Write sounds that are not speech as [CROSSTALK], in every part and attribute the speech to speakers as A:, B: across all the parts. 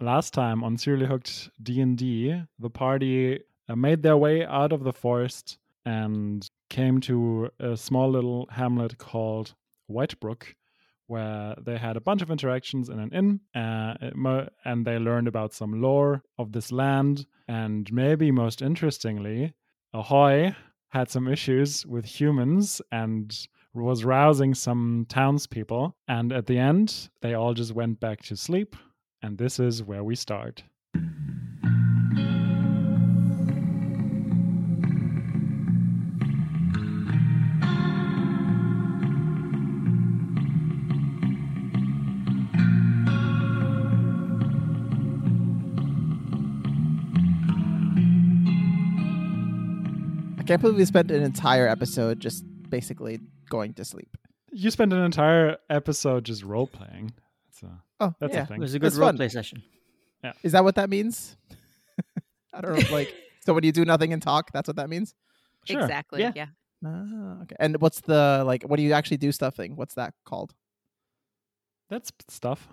A: Last time on Serially Hooked D&D, the party uh, made their way out of the forest and came to a small little hamlet called Whitebrook, where they had a bunch of interactions in an inn, uh, it mo- and they learned about some lore of this land. And maybe most interestingly, Ahoy had some issues with humans and was rousing some townspeople. And at the end, they all just went back to sleep. And this is where we start.
B: I can't believe we spent an entire episode just basically going to sleep.
A: You spent an entire episode just role playing. That's a,
B: Oh,
A: that's
B: yeah.
A: a
C: It
A: thing.
C: was a good
B: That's fun.
C: roleplay session.
B: Is that what that means? [LAUGHS] I don't know.
D: [LAUGHS]
B: Like, so when you do nothing and talk, that's what that means.
A: Sure.
D: Exactly.
C: Yeah.
D: Yeah.
B: Ah, okay. And what's the like? What do you actually do stuff thing? What's that called?
A: That's stuff.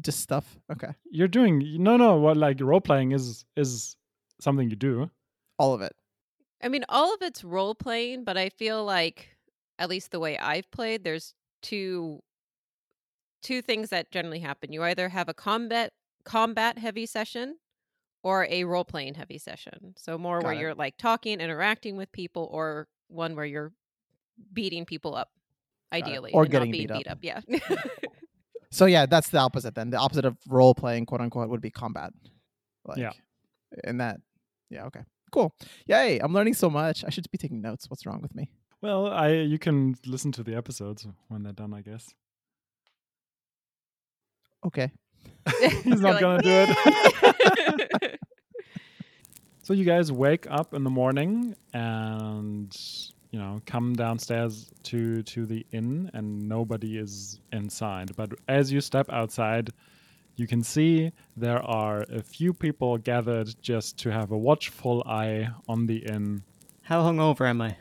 B: Just stuff. Okay,
A: You're doing no no what like role playing is is something you do.
B: all of it.
D: I mean, all of it's role playing, but I feel like at least the way I've played, there's two two things that generally happen. You either have a combat combat heavy session or a role playing heavy session. So more where
B: Got it.
D: you're like talking, interacting with people or one where you're beating people up
B: it.
D: ideally
B: Or
D: and not
B: getting
D: being
B: beat up.
D: Yeah. [LAUGHS]
B: So yeah, that's the opposite. Then the opposite of role playing, quote unquote, would be combat. Like,
A: Yeah.
B: And that. Yeah. Okay. Cool. Yay! I'm learning so much. I should be taking notes. What's wrong with me?
A: Well, I you can listen to the episodes when they're done, I guess. [LAUGHS]
B: Okay.
A: He's not
D: You're like,
A: gonna do it.
D: "Yay!" [LAUGHS]
A: so you guys wake up in the morning and you know come downstairs to to the inn and nobody is inside. But as you step outside, you can see there are a few people gathered just to have a watchful eye on the inn.
C: How hungover am I?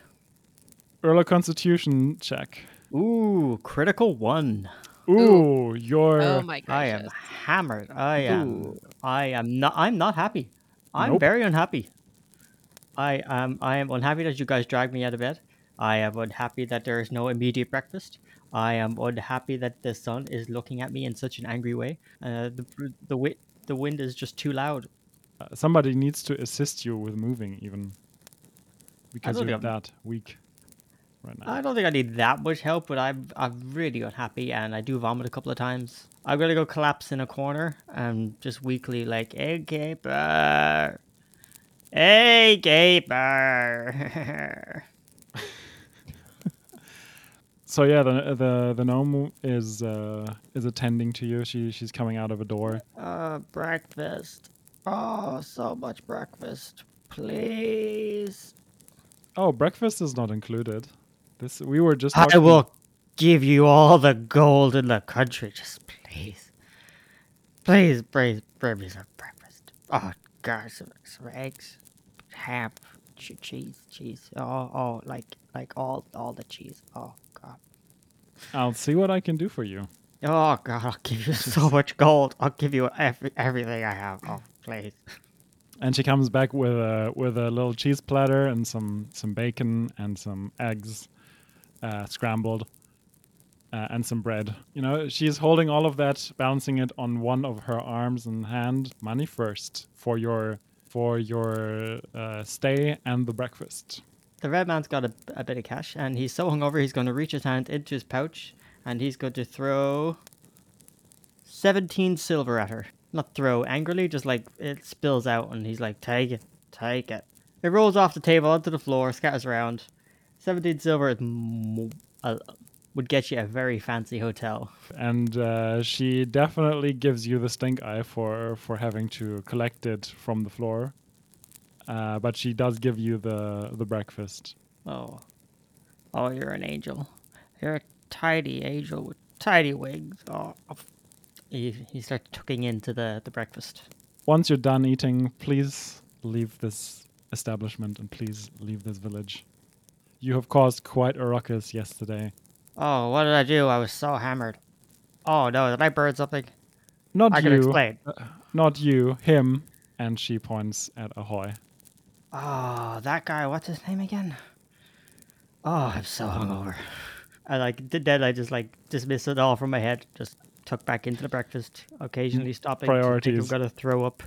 A: Roll a Constitution check.
C: Ooh, critical one.
A: Ooh, you're
D: oh my gosh.
C: I am hammered. I am.
B: Ooh.
C: I am not. I'm not happy. I'm
A: Nope.
C: very unhappy. I am. I am unhappy that you guys dragged me out of bed. I am unhappy that there is no immediate breakfast. I am unhappy that the sun is looking at me in such an angry way. Uh, the the wind the wind is just too loud.
A: uh, somebody needs to assist you with moving even because
C: don't
A: you're
C: think I'm-
A: that weak right now
C: I don't think I need that much help, but I'm I'm really unhappy, and I do vomit a couple of times. I'm gonna go collapse in a corner and just weakly like, "Hey gaper, hey gaper." [LAUGHS]
A: so yeah the the, the gnome is uh, is attending to you she she's coming out of a door
C: uh, breakfast. Oh, so much breakfast, please.
A: oh breakfast is not included this we were just
C: I
A: talking-
C: will give you all the gold in the country. Just please, please, please, bring me some breakfast. Oh, God, some, some eggs, ham, che- cheese, cheese. Oh, oh, like, like all, all the cheese. Oh, God.
A: i'll see what i can do for you
C: Oh, God, I'll give you [LAUGHS] so much gold. I'll give you every, everything I have. Oh, please.
A: and she comes back with a with a little cheese platter and some some bacon and some eggs uh, scrambled uh, and some bread you know she's holding all of that balancing it on one of her arms and hand money first for your for your uh, stay and the breakfast
C: The red man's got a, a bit of cash, and he's so hungover he's going to reach his hand into his pouch, and he's going to throw seventeen silver at her. Not throw angrily, just like it spills out, and he's like, "Take it, take it." It rolls off the table onto the floor, scatters around. Seventeen silver is m- uh, would get you a very fancy hotel.
A: and uh, she definitely gives you the stink eye for for having to collect it from the floor uh, but she does give you the the breakfast
C: Oh, oh, you're an angel. You're a tidy angel with tidy wings. Oh, he, he starts tucking into the the breakfast.
A: once you're done eating, please leave this establishment and please leave this village. You have caused quite a ruckus yesterday.
C: Oh, what did I do? I was so hammered. Oh no, did I burn something?
A: Not
C: I
A: you.
C: can explain.
A: Not you, him. And she points at Ahoy.
C: Oh, that guy. What's his name again? Oh, I'm so hungover. I like did that. I just like dismissed it all from my head. Just tuck back into the breakfast. Occasionally stopping. to think
A: Priorities.
C: I've got to throw up,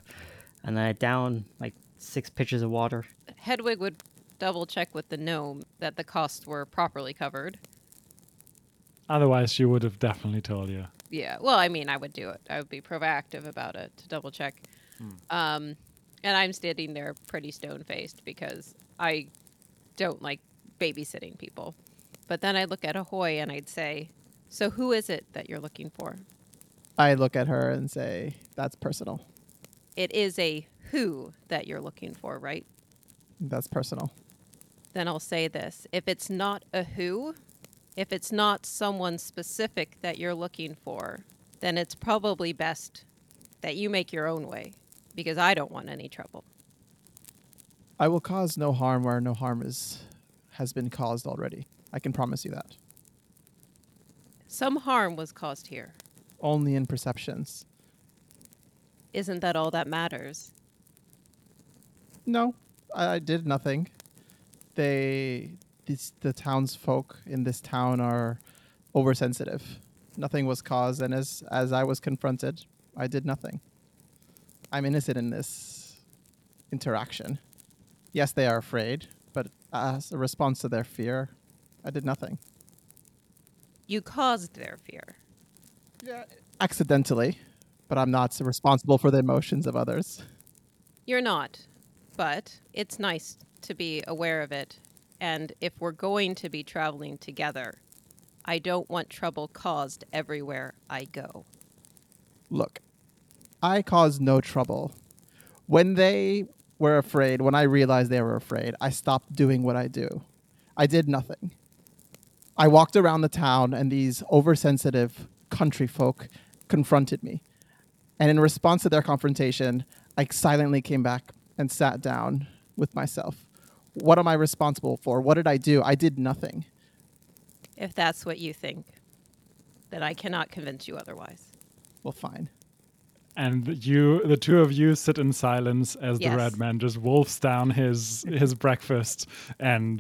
C: and then I down like six pitchers of water.
D: Hedwig would double check with the gnome that the costs were properly covered.
A: Otherwise, she would have definitely told you.
D: Yeah. Well, I mean, I would do it. I would be proactive about it to double check. Um, and I'm standing there pretty stone faced because I don't like babysitting people. But then I look at Ahoy and I'd say, "So who is it that you're looking for?"
B: I look at her and say, "That's personal.
D: It is a who that you're looking for, right?
B: That's personal."
D: Then I'll say this: if it's not a who, if it's not someone specific that you're looking for, then it's probably best that you make your own way because I don't want any trouble.
B: I will cause no harm where no harm is has been caused already. I can promise you that.
D: Some harm was caused here.
B: Only in perceptions.
D: Isn't that all that matters?
B: No, I I did nothing. They, these, the townsfolk in this town are oversensitive. Nothing was caused, and as as I was confronted, I did nothing. I'm innocent in this interaction. Yes, they are afraid, but as a response to their fear, I did nothing.
D: You caused their fear.
B: Accidentally, but I'm not responsible for the emotions of others.
D: You're not, but it's nice to be aware of it. And if we're going to be traveling together, I don't want trouble caused everywhere I go.
B: Look, I caused no trouble. When they were afraid, when I realized they were afraid, I stopped doing what I do. I did nothing. I walked around the town, and these oversensitive country folk confronted me. And in response to their confrontation, I silently came back and sat down with myself. What am I responsible for? What did I do? I did nothing.
D: If that's what you think, then I cannot convince you otherwise.
B: Well, fine.
A: And you, the two of you, sit in silence as the
D: Yes.
A: red man just wolfs down his his breakfast and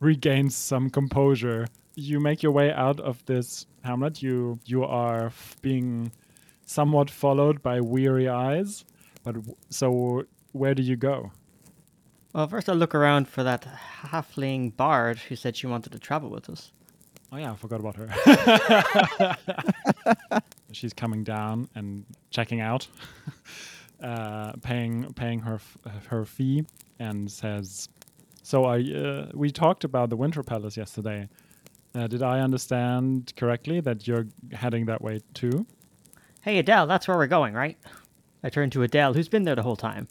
A: regains some composure. You make your way out of this hamlet. You you are f- being somewhat followed by weary eyes. But w- so, where do you go?
C: Well, first I look around for that halfling bard who said she wanted to travel with us.
A: Oh yeah, I forgot about her. She's coming down and checking out, [LAUGHS] uh, paying paying her f- her fee, and says, "So I uh, we talked about the Winter Palace yesterday. Uh, did I understand correctly that you're heading that way too?"
C: Hey Adele, that's where we're going, right? I turn to Adele, who's been there the whole time.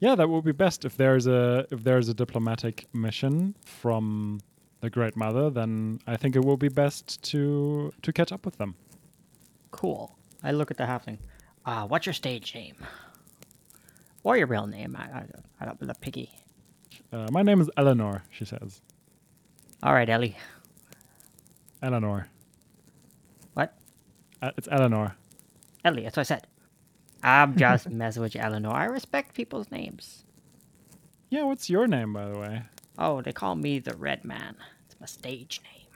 A: Yeah, that would be best if there's a if there's a diplomatic mission from the Great Mother. Then I think it will be best to to catch up with them.
C: Cool. I look at the halfling. Uh, what's your stage name? Or your real name? I, I, I don't the piggy.
A: Uh, my name is Eleanor, she says.
C: All right, Ellie.
A: Eleanor.
C: What?
A: Uh, it's Eleanor.
C: Ellie, that's what I said. [LAUGHS] I'm just messing with you, Eleanor. I respect people's names.
A: Yeah, what's your name, by the way?
C: Oh, they call me the Red Man. It's my stage name.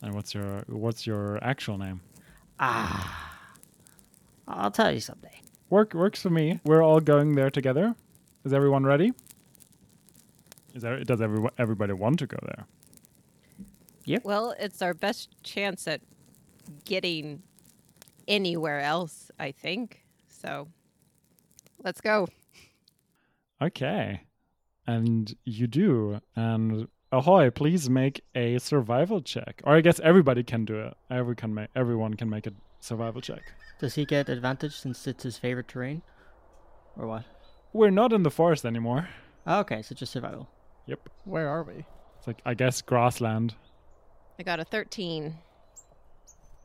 A: And what's your what's your actual name?
C: I'll tell you someday.
A: Work works for me. We're all going there together. Is everyone ready? Is there, does every, everybody want to go there?
D: Well, it's our best chance at getting anywhere else, I think. So let's go.
A: Okay, and you do. And ahoy! Please make a survival check, or I guess everybody can do it. Every can make everyone can make a survival check.
C: Does he get advantage since it's his favorite terrain? Or what?
A: We're not in the forest anymore.
C: Oh, okay, so just survival.
A: Yep,
B: Where are we?
A: it's like I guess grassland.
D: I got a [LAUGHS] 13.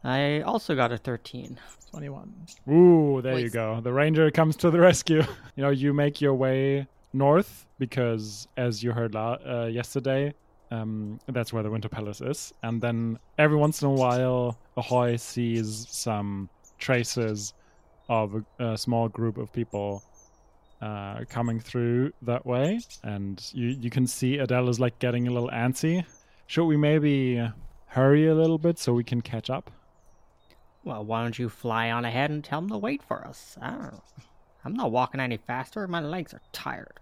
C: I also got a 13.
B: 21.
A: Ooh, there you
D: Wait.
A: go. The ranger comes to the rescue. [LAUGHS] you know, you make your way north because, as you heard la- uh, yesterday, um, that's where the Winter Palace is. And then every once in a while, Ahoy sees some traces of a, a small group of people uh, coming through that way, and you you can see Adele is like getting a little antsy. Should we maybe hurry a little bit so we can catch up?
C: Well, why don't you fly on ahead and tell them to wait for us? I don't know. I'm not walking any faster. My legs are tired.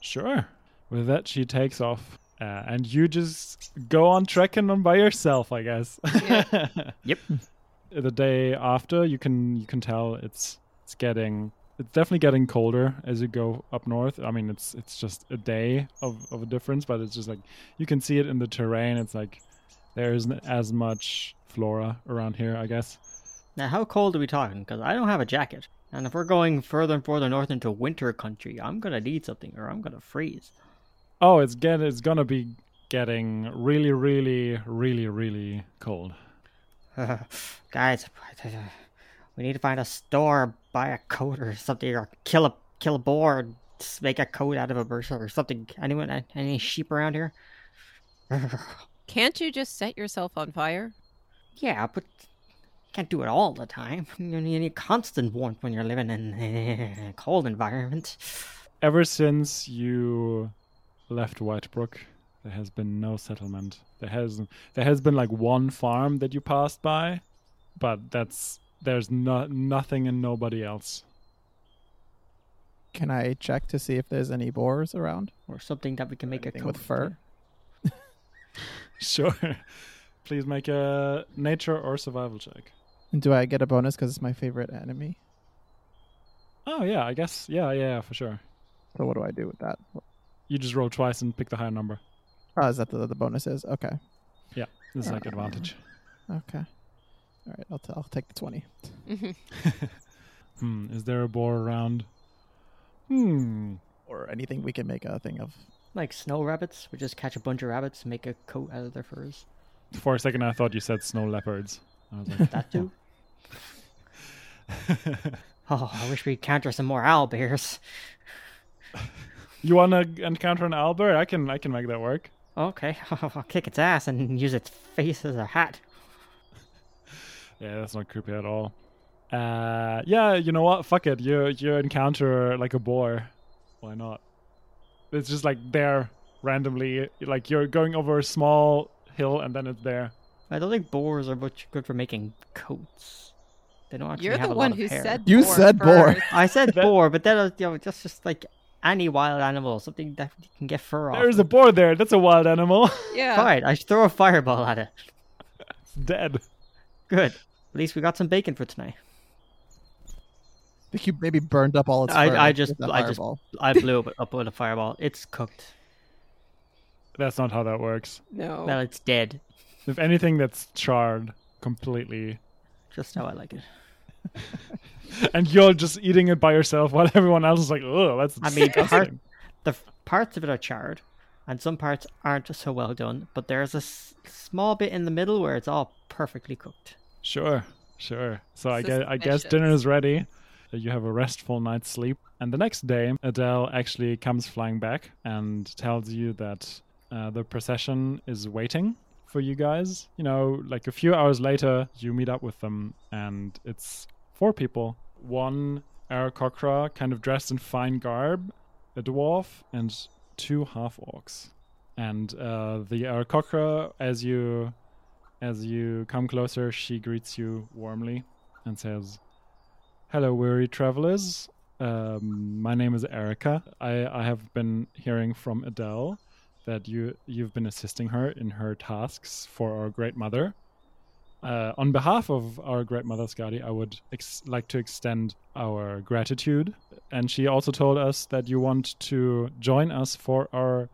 A: Sure. With that, she takes off, uh, and you just go on trekking on by yourself, I guess. [LAUGHS]
C: Yep.
A: the day after, you can you can tell it's it's getting it's definitely getting colder as you go up north. I mean, it's it's just a day of of a difference, but it's just like you can see it in the terrain. It's like there isn't as much flora around here, I guess.
C: Now, how cold are we talking? Because I don't have a jacket. And if we're going further and further north into winter country, I'm going to need something or I'm going to freeze. [LAUGHS]
A: Oh, it's get it's gonna be getting really, really, really, really cold.
C: Guys, [SIGHS] we need to find a store, buy a coat or something, or kill a kill a boar, and s- make a coat out of a bursa or something. Anyone, any sheep around here? [LAUGHS]
D: Can't you just set yourself on fire?
C: Yeah, but can't do it all the time. [LAUGHS] You need, you need constant warmth when you're living in a [LAUGHS] cold environment.
A: Ever since you left Whitebrook, there has been no settlement. There has there has been like one farm that you passed by, but that's there's no, nothing and nobody else. [LAUGHS]
B: Can I check to see if there's any boars around?
C: Or something that we can make a
B: Anything
C: coat
B: with fur?
A: Sure. Please make a nature or survival check.
B: And do I get a bonus because it's my favorite enemy?
A: Oh yeah, I guess yeah, yeah, yeah, for sure.
B: So what do I do with that?
A: You just roll twice and pick the higher number.
B: Oh, is that the, the bonus is? Okay.
A: It's [LAUGHS] like advantage.
B: Okay. All right. I'll, t- I'll take the 20.
A: Hmm, is there a boar around? Hmm.
B: Or anything we can make a thing of.
C: Like snow rabbits, we just catch a bunch of rabbits, make a coat out of
A: [LAUGHS]
C: their furs.
A: For a second, I thought you said snow leopards. I was like,
C: That
A: [LAUGHS]
C: too. oh, I wish we would counter some more owl bears.
A: you want to encounter an owlbear? I can, I can make that work.
C: Okay, [LAUGHS] I'll kick its ass and use its face as a hat.
A: Yeah, that's not creepy at all. Uh, yeah, you know what? Fuck it. You, you encounter like a boar. Why not? It's just like there randomly. Like you're going over a small hill and then it's there.
C: I don't think boars are much good for making coats. They don't actually
D: You're
C: have
D: the
C: a
D: one
C: lot
D: who
C: of hair.
D: said
B: You
D: boar
B: said boar.
D: first.
C: I said
A: [LAUGHS] That-
C: boar, but that is, you know, just just like any wild animal, something that you can get fur off.
A: There's a boar there. That's a wild animal. [LAUGHS]
C: [LAUGHS]
D: Yeah.
C: Fine, I should throw a fireball at it.
A: it's dead.
C: Good. At least we got some bacon for tonight.
B: I think you maybe burned up all its fur.
C: I, I just
B: with that
C: I just
B: fireball.
C: I blew up, up with a fireball. It's cooked.
A: That's not how that works.
D: No.
C: Well, it's dead.
A: If anything, that's charred completely.
C: Just how I like it.
A: and you're just eating it by yourself while [LAUGHS] everyone else is like, oh, that's
C: I mean, part,
A: disgusting."
C: the f- parts of it are charred, and some parts aren't so well done. But there's a s- small bit in the middle where it's all perfectly cooked.
A: sure, sure. So I guess I guess
D: Suspicious.
A: dinner is ready. You have a restful night's sleep, and the next day, Adele actually comes flying back and tells you that uh, the procession is waiting for you guys. You know, like a few hours later, you meet up with them, and it's four people. One Aarakocra, kind of dressed in fine garb, a dwarf, and two half orcs. And uh, the Aarakocra, as you as you come closer, she greets you warmly and says, "Hello, weary travelers. Um, my name is Erica. I, I have been hearing from Adele that you you've been assisting her in her tasks for our great mother. Uh, on behalf of our great mother Skadi, I would ex- like to extend our gratitude. And she also told us that you want to join us for our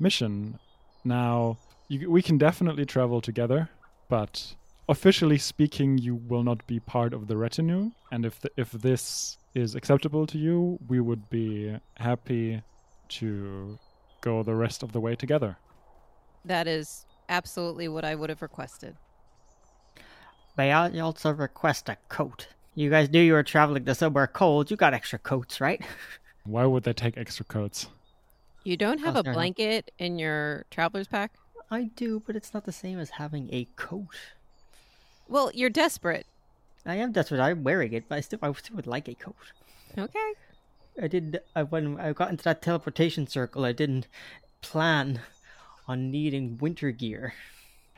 A: mission. Now, you, we can definitely travel together, but officially speaking, you will not be part of the retinue. And if th if this is acceptable to you, we would be happy to go the rest of the way together.
D: That is absolutely what I would have requested.
C: May I also request a coat? You guys knew you were traveling to somewhere cold. You got extra coats, right?
A: Why would they take extra coats?
D: You don't have
C: Oh,
D: a
C: fair enough.
D: blanket in your traveler's pack?
C: I do, but it's not the same as having a coat.
D: Well, you're desperate.
C: I am desperate. I'm wearing it, but I still, I still would like a coat.
D: Okay.
C: I didn't. I when I got into that teleportation circle, I didn't plan on needing winter gear.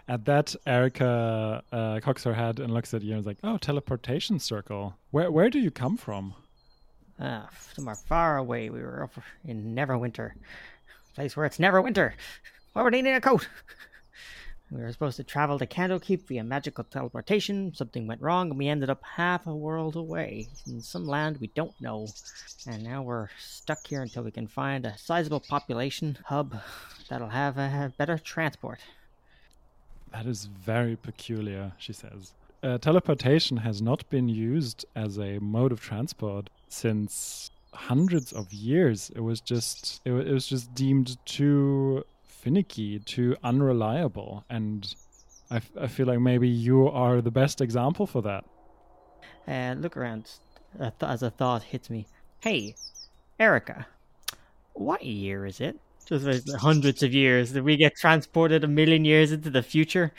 A: At that, Erica uh, cocks her head and looks at you and is like, "Oh, teleportation circle. Where where do you come from?"
C: Ah, somewhere far away. We were over in Neverwinter, a place where it's never winter. Why would I need a coat? [LAUGHS] We were supposed to travel to Candlekeep via magical teleportation. Something went wrong, and we ended up half a world away in some land we don't know. And now we're stuck here until we can find a sizable population hub that'll have a have better transport.
A: That is very peculiar, she says. Uh, teleportation has not been used as a mode of transport since hundreds of years. It was just it, wa- it was just deemed too finicky, too unreliable, and I, f- I feel like maybe you are the best example for that.
C: Uh, look around a th- as a thought hits me. Hey, Erica, what year is it? Just like the hundreds of years that we get transported a million years into the future.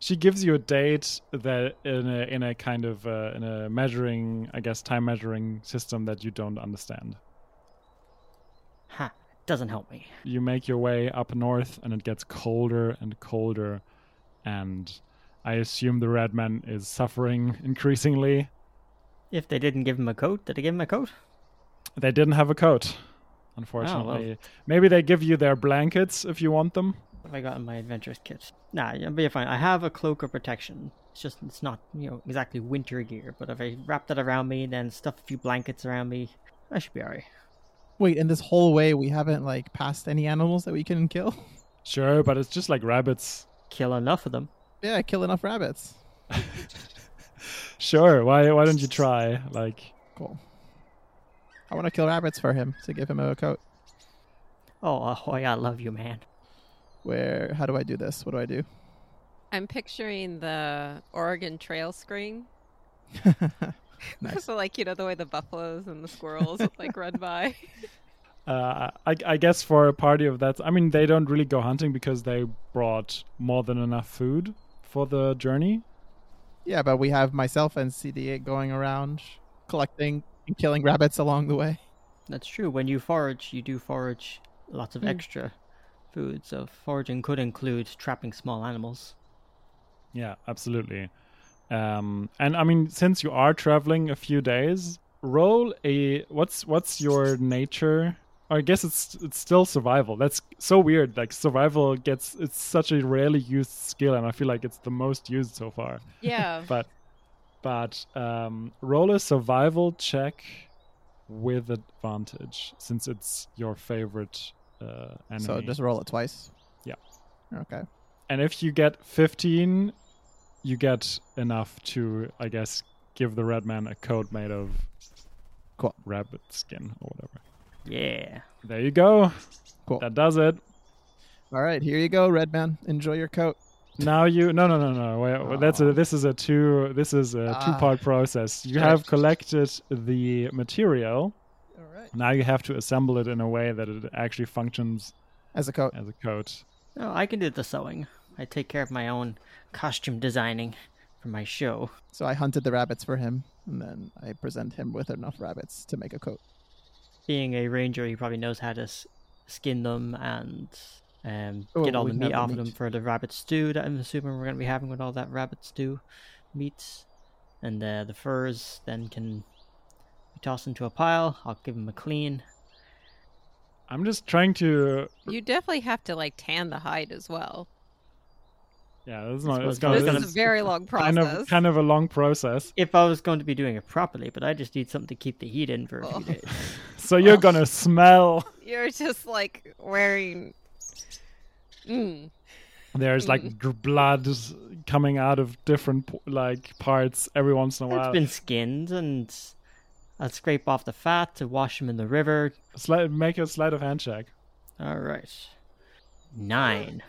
A: She gives you a date that in a in a kind of uh, in a measuring, I guess, time measuring system that you don't understand.
C: Ha, doesn't help me.
A: you make your way up north and it gets colder and colder and i assume the red man is suffering increasingly
C: If they didn't give him a coat, did they give him a coat?
A: they didn't have a coat unfortunately maybe they give you their blankets if you want them
C: Have I gotten my adventurous kit? Nah, yeah, but you're fine. I have a cloak of protection. It's just it's not you know exactly winter gear, but if I wrap that around me, then stuff a few blankets around me, I should be alright.
B: Wait, and this whole way we haven't like passed any animals that we can kill? [LAUGHS]
A: sure but it's just like rabbits
C: Kill enough of them.
B: yeah, kill enough rabbits.
A: sure why why don't you try like
B: Cool. I want to kill rabbits for him to give him a coat.
C: Oh, ahoy! I love you, man.
B: Where? How do I do this? What do I do?
D: I'm picturing the Oregon
A: [LAUGHS]
D: Trail screen.
B: Nice.
D: so like you know the way the buffaloes and the squirrels [LAUGHS] like run by.
A: uh, I, I guess for a party of that, I mean, they don't really go hunting because they brought more than enough food for the journey.
B: Yeah, but we have myself and CD8 going around collecting and killing rabbits along the way.
C: That's true. When you forage, you do forage lots
B: Hmm.
C: of extra food. So foraging could include trapping small animals.
A: Yeah, absolutely. Um, and I mean, since you are traveling a few days, roll a what's what's your nature? I guess it's it's still survival. That's so weird. Like survival gets it's such a rarely used skill, and I feel like it's the most used so far.
D: Yeah.
A: But but um, roll a survival check with advantage since it's your favorite uh, enemy.
B: So just roll it twice.
A: Yeah.
B: Okay.
A: and if you get 15 you get enough to i guess give the red man a coat made of
B: Cool.
A: rabbit skin or whatever
C: Yeah.
A: there you go
B: Cool.
A: that does it
B: All right, here you go, red man. Enjoy your coat.
A: now you no no no no wait, wait, that's a this is a two this is a
B: Ah.
A: two part process you have collected the material
B: All right.
A: now you have to assemble it in a way that it actually functions
B: As a coat.
A: as a coat
C: No, I can do the sewing. I take care of my own costume designing for my show.
B: So I hunted the rabbits for him, and then I present him with enough rabbits to make a coat.
C: Being a ranger, he probably knows how to s- skin them and um,
B: Oh,
C: get all
B: we
C: the
B: can have
C: meat
B: the
C: off of them
B: meat.
C: for the rabbit stew that I'm assuming we're going to be having with all that rabbit stew meats. And uh, the furs then can be tossed into a pile. I'll give him a clean.
A: i'm just trying to
D: You definitely have to like tan the hide as well.
A: yeah this is not
C: what-
A: it's gonna,
D: This
C: it's
A: it's
C: gonna-
D: is a very long process.
A: kind of kind of a long process
C: if I was going to be doing it properly, but I just need something to keep the heat in for a
B: Oh.
C: few
D: [LAUGHS]
C: days.
A: so you're gonna smell
D: You're just like wearing mm.
A: There's like dr- blood coming out of different p- like parts every once in a while.
C: It's been skinned, and I'll scrape off the fat to wash them in the river.
A: Sli- make a sleight of hand check.
C: All right, nine.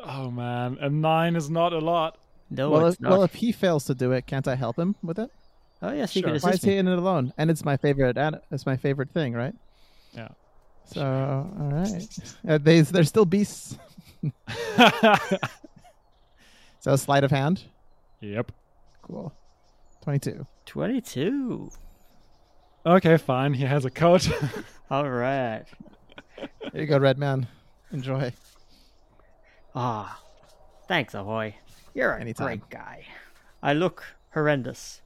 A: Oh man, a nine is not a lot.
C: No,
B: well,
C: it's
B: if, well,
C: not.
B: if he fails to do it, can't I help him with it?
C: oh yes, you
A: sure.
C: can
B: Why is
C: assist
B: he
C: me.
B: in it alone? And it's my favorite. an- It's my favorite thing, right?
A: Yeah.
B: So, all
C: [LAUGHS]
B: [LAUGHS] right. Uh, they, they're still beasts. Is that a sleight of hand?
A: Yep.
B: Cool. 22.
C: 22.
A: Okay, fine. He has a coat. [LAUGHS]
C: All right.
B: There you go, red man. Enjoy.
C: Ah, thanks, Ahoy. You're a
B: Anytime.
C: great guy. I look horrendous,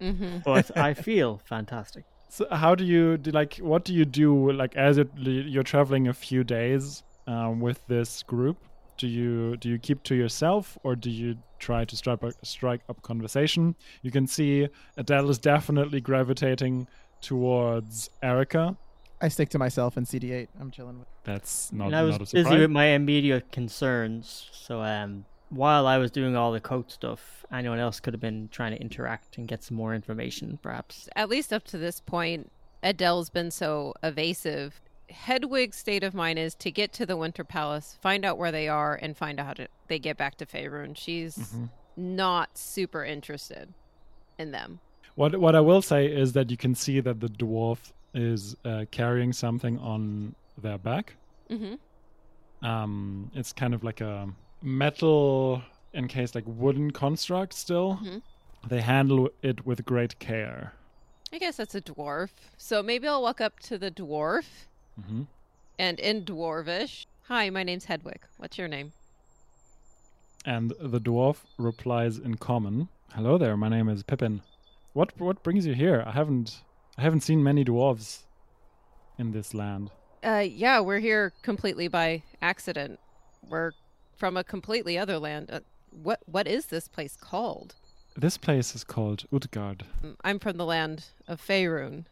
D: hmm
B: [LAUGHS]
C: but I feel fantastic.
A: so how do you do? Like, what do you do? Like, as it, you're traveling a few days um, with this group, do you do you keep to yourself or do you try to strike up, strike up conversation? You can see Adele is definitely gravitating towards Erica.
B: I stick to myself and CD8. I'm chilling with.
A: That's not,
C: and I was
A: not a surprise.
C: busy with my immediate concerns, so um, while I was doing all the code stuff, anyone else could have been trying to interact and get some more information, perhaps.
D: At least up to this point, Adele's been so evasive. Hedwig's state of mind is to get to the Winter Palace, find out where they are, and find out how to, they get back to Faerun. She's
A: Mhm.
D: not super interested in them.
A: What what I will say is that you can see that the dwarf is uh, carrying something on their back.
D: hmm
A: Um, it's kind of like a metal encased, like wooden construct. Still,
D: Mhm.
A: they handle it with great care.
D: I guess that's a dwarf. So maybe I'll walk up to the dwarf
A: hmm
D: and in dwarvish, "Hi, my name's Hedwig. What's your name?"
A: And the dwarf replies in common, "Hello there. My name is Pippin. What what brings you here? I haven't I haven't seen many dwarves in this land."
D: Uh, yeah, we're here completely by accident. We're from a completely other land. Uh, what what is this place called?
A: This place is called Utgard.
D: Um, I'm from the land of Faerun,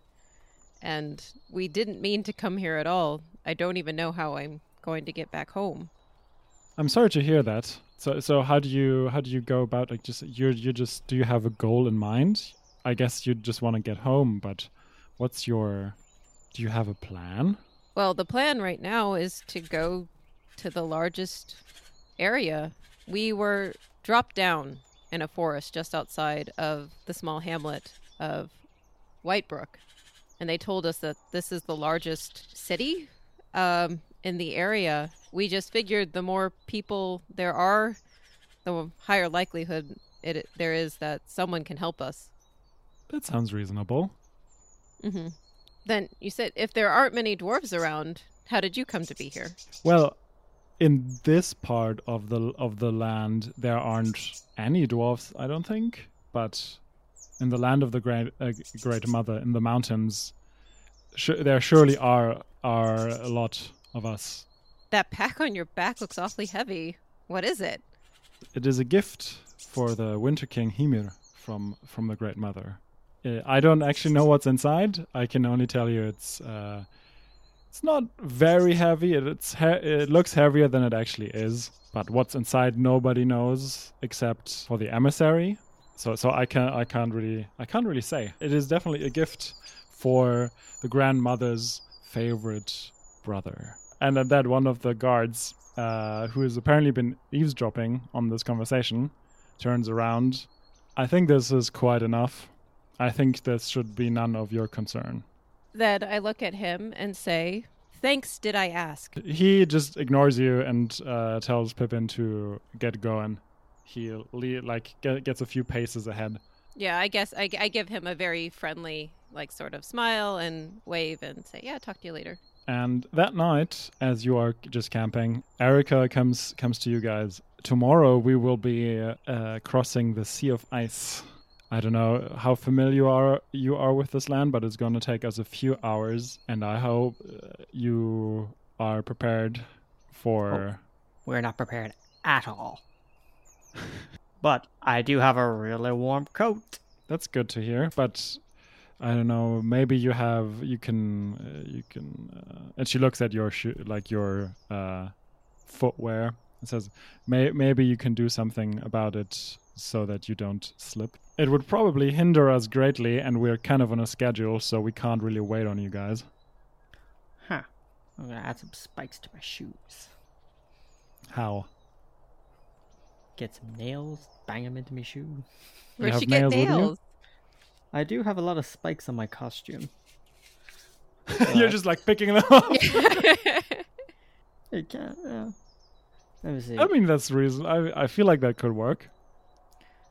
D: and we didn't mean to come here at all. I don't even know how I'm going to get back home.
A: I'm sorry to hear that. So, so how do you how do you go about like just you you just do you have a goal in mind? I guess you just want to get home, but what's your do you have a plan?
D: Well, the plan right now is to go to the largest area. We were dropped down in a forest just outside of the small hamlet of Whitebrook, and they told us that this is the largest city um, in the area. We just figured the more people there are, the higher likelihood it there is that someone can help us.
A: That sounds reasonable.
D: hmm Then you said if there aren't many dwarves around, how did you come to be here?
A: Well, in this part of the of the land, there aren't any dwarfs, I don't think. But in the land of the great uh, great mother, in the mountains, su there surely are are a lot of us.
D: That pack on your back looks awfully heavy. What is it?
A: It is a gift for the Winter King Hymir from from the Great Mother. Uh, I don't actually know what's inside. I can only tell you it's uh, it's not very heavy. It, it's he- it looks heavier than it actually is. But what's inside, nobody knows except for the emissary. So so I can I can't really I can't really say. It is definitely a gift for the grandmother's favorite brother. And at that, one of the guards, uh, who has apparently been eavesdropping on this conversation, turns around. I think this is quite enough. I think this should be none of your concern.
D: Then I look at him and say, Thanks, did I ask?
A: He just ignores you and uh, tells Pippin to get going. He le- like ge- gets a few paces ahead.
D: Yeah, I guess I, I give him a very friendly, like, sort of smile and wave and say, Yeah, talk to you later.
A: And that night, as you are just camping, Erica comes comes to you guys. Tomorrow we will be uh, crossing the Sea of Ice. I don't know how familiar you are you are with this land, but it's going to take us a few hours, and I hope uh, you are prepared for.
C: We're not prepared at
A: [LAUGHS]
C: all. but I do have a really warm coat.
A: That's good to hear, but. I don't know. Maybe you have you can uh, you can, uh, and she looks at your shoe like your uh, footwear and says, May- maybe you can do something about it so that you don't slip. It would probably hinder us greatly, and we're kind of on a schedule, so we can't really wait on you guys.
C: Huh. I'm gonna add some spikes to my shoes.
A: [LAUGHS] How?
C: Get some nails, bang them into my shoe.
A: You
D: Where'd
A: have
D: you get
A: nails with you?
D: nails?
C: I do have a lot of spikes on my costume.
D: [LAUGHS]
A: You're just like picking them up.
C: It can, uh, Let me see.
A: I mean, that's reason. I I feel like that could work.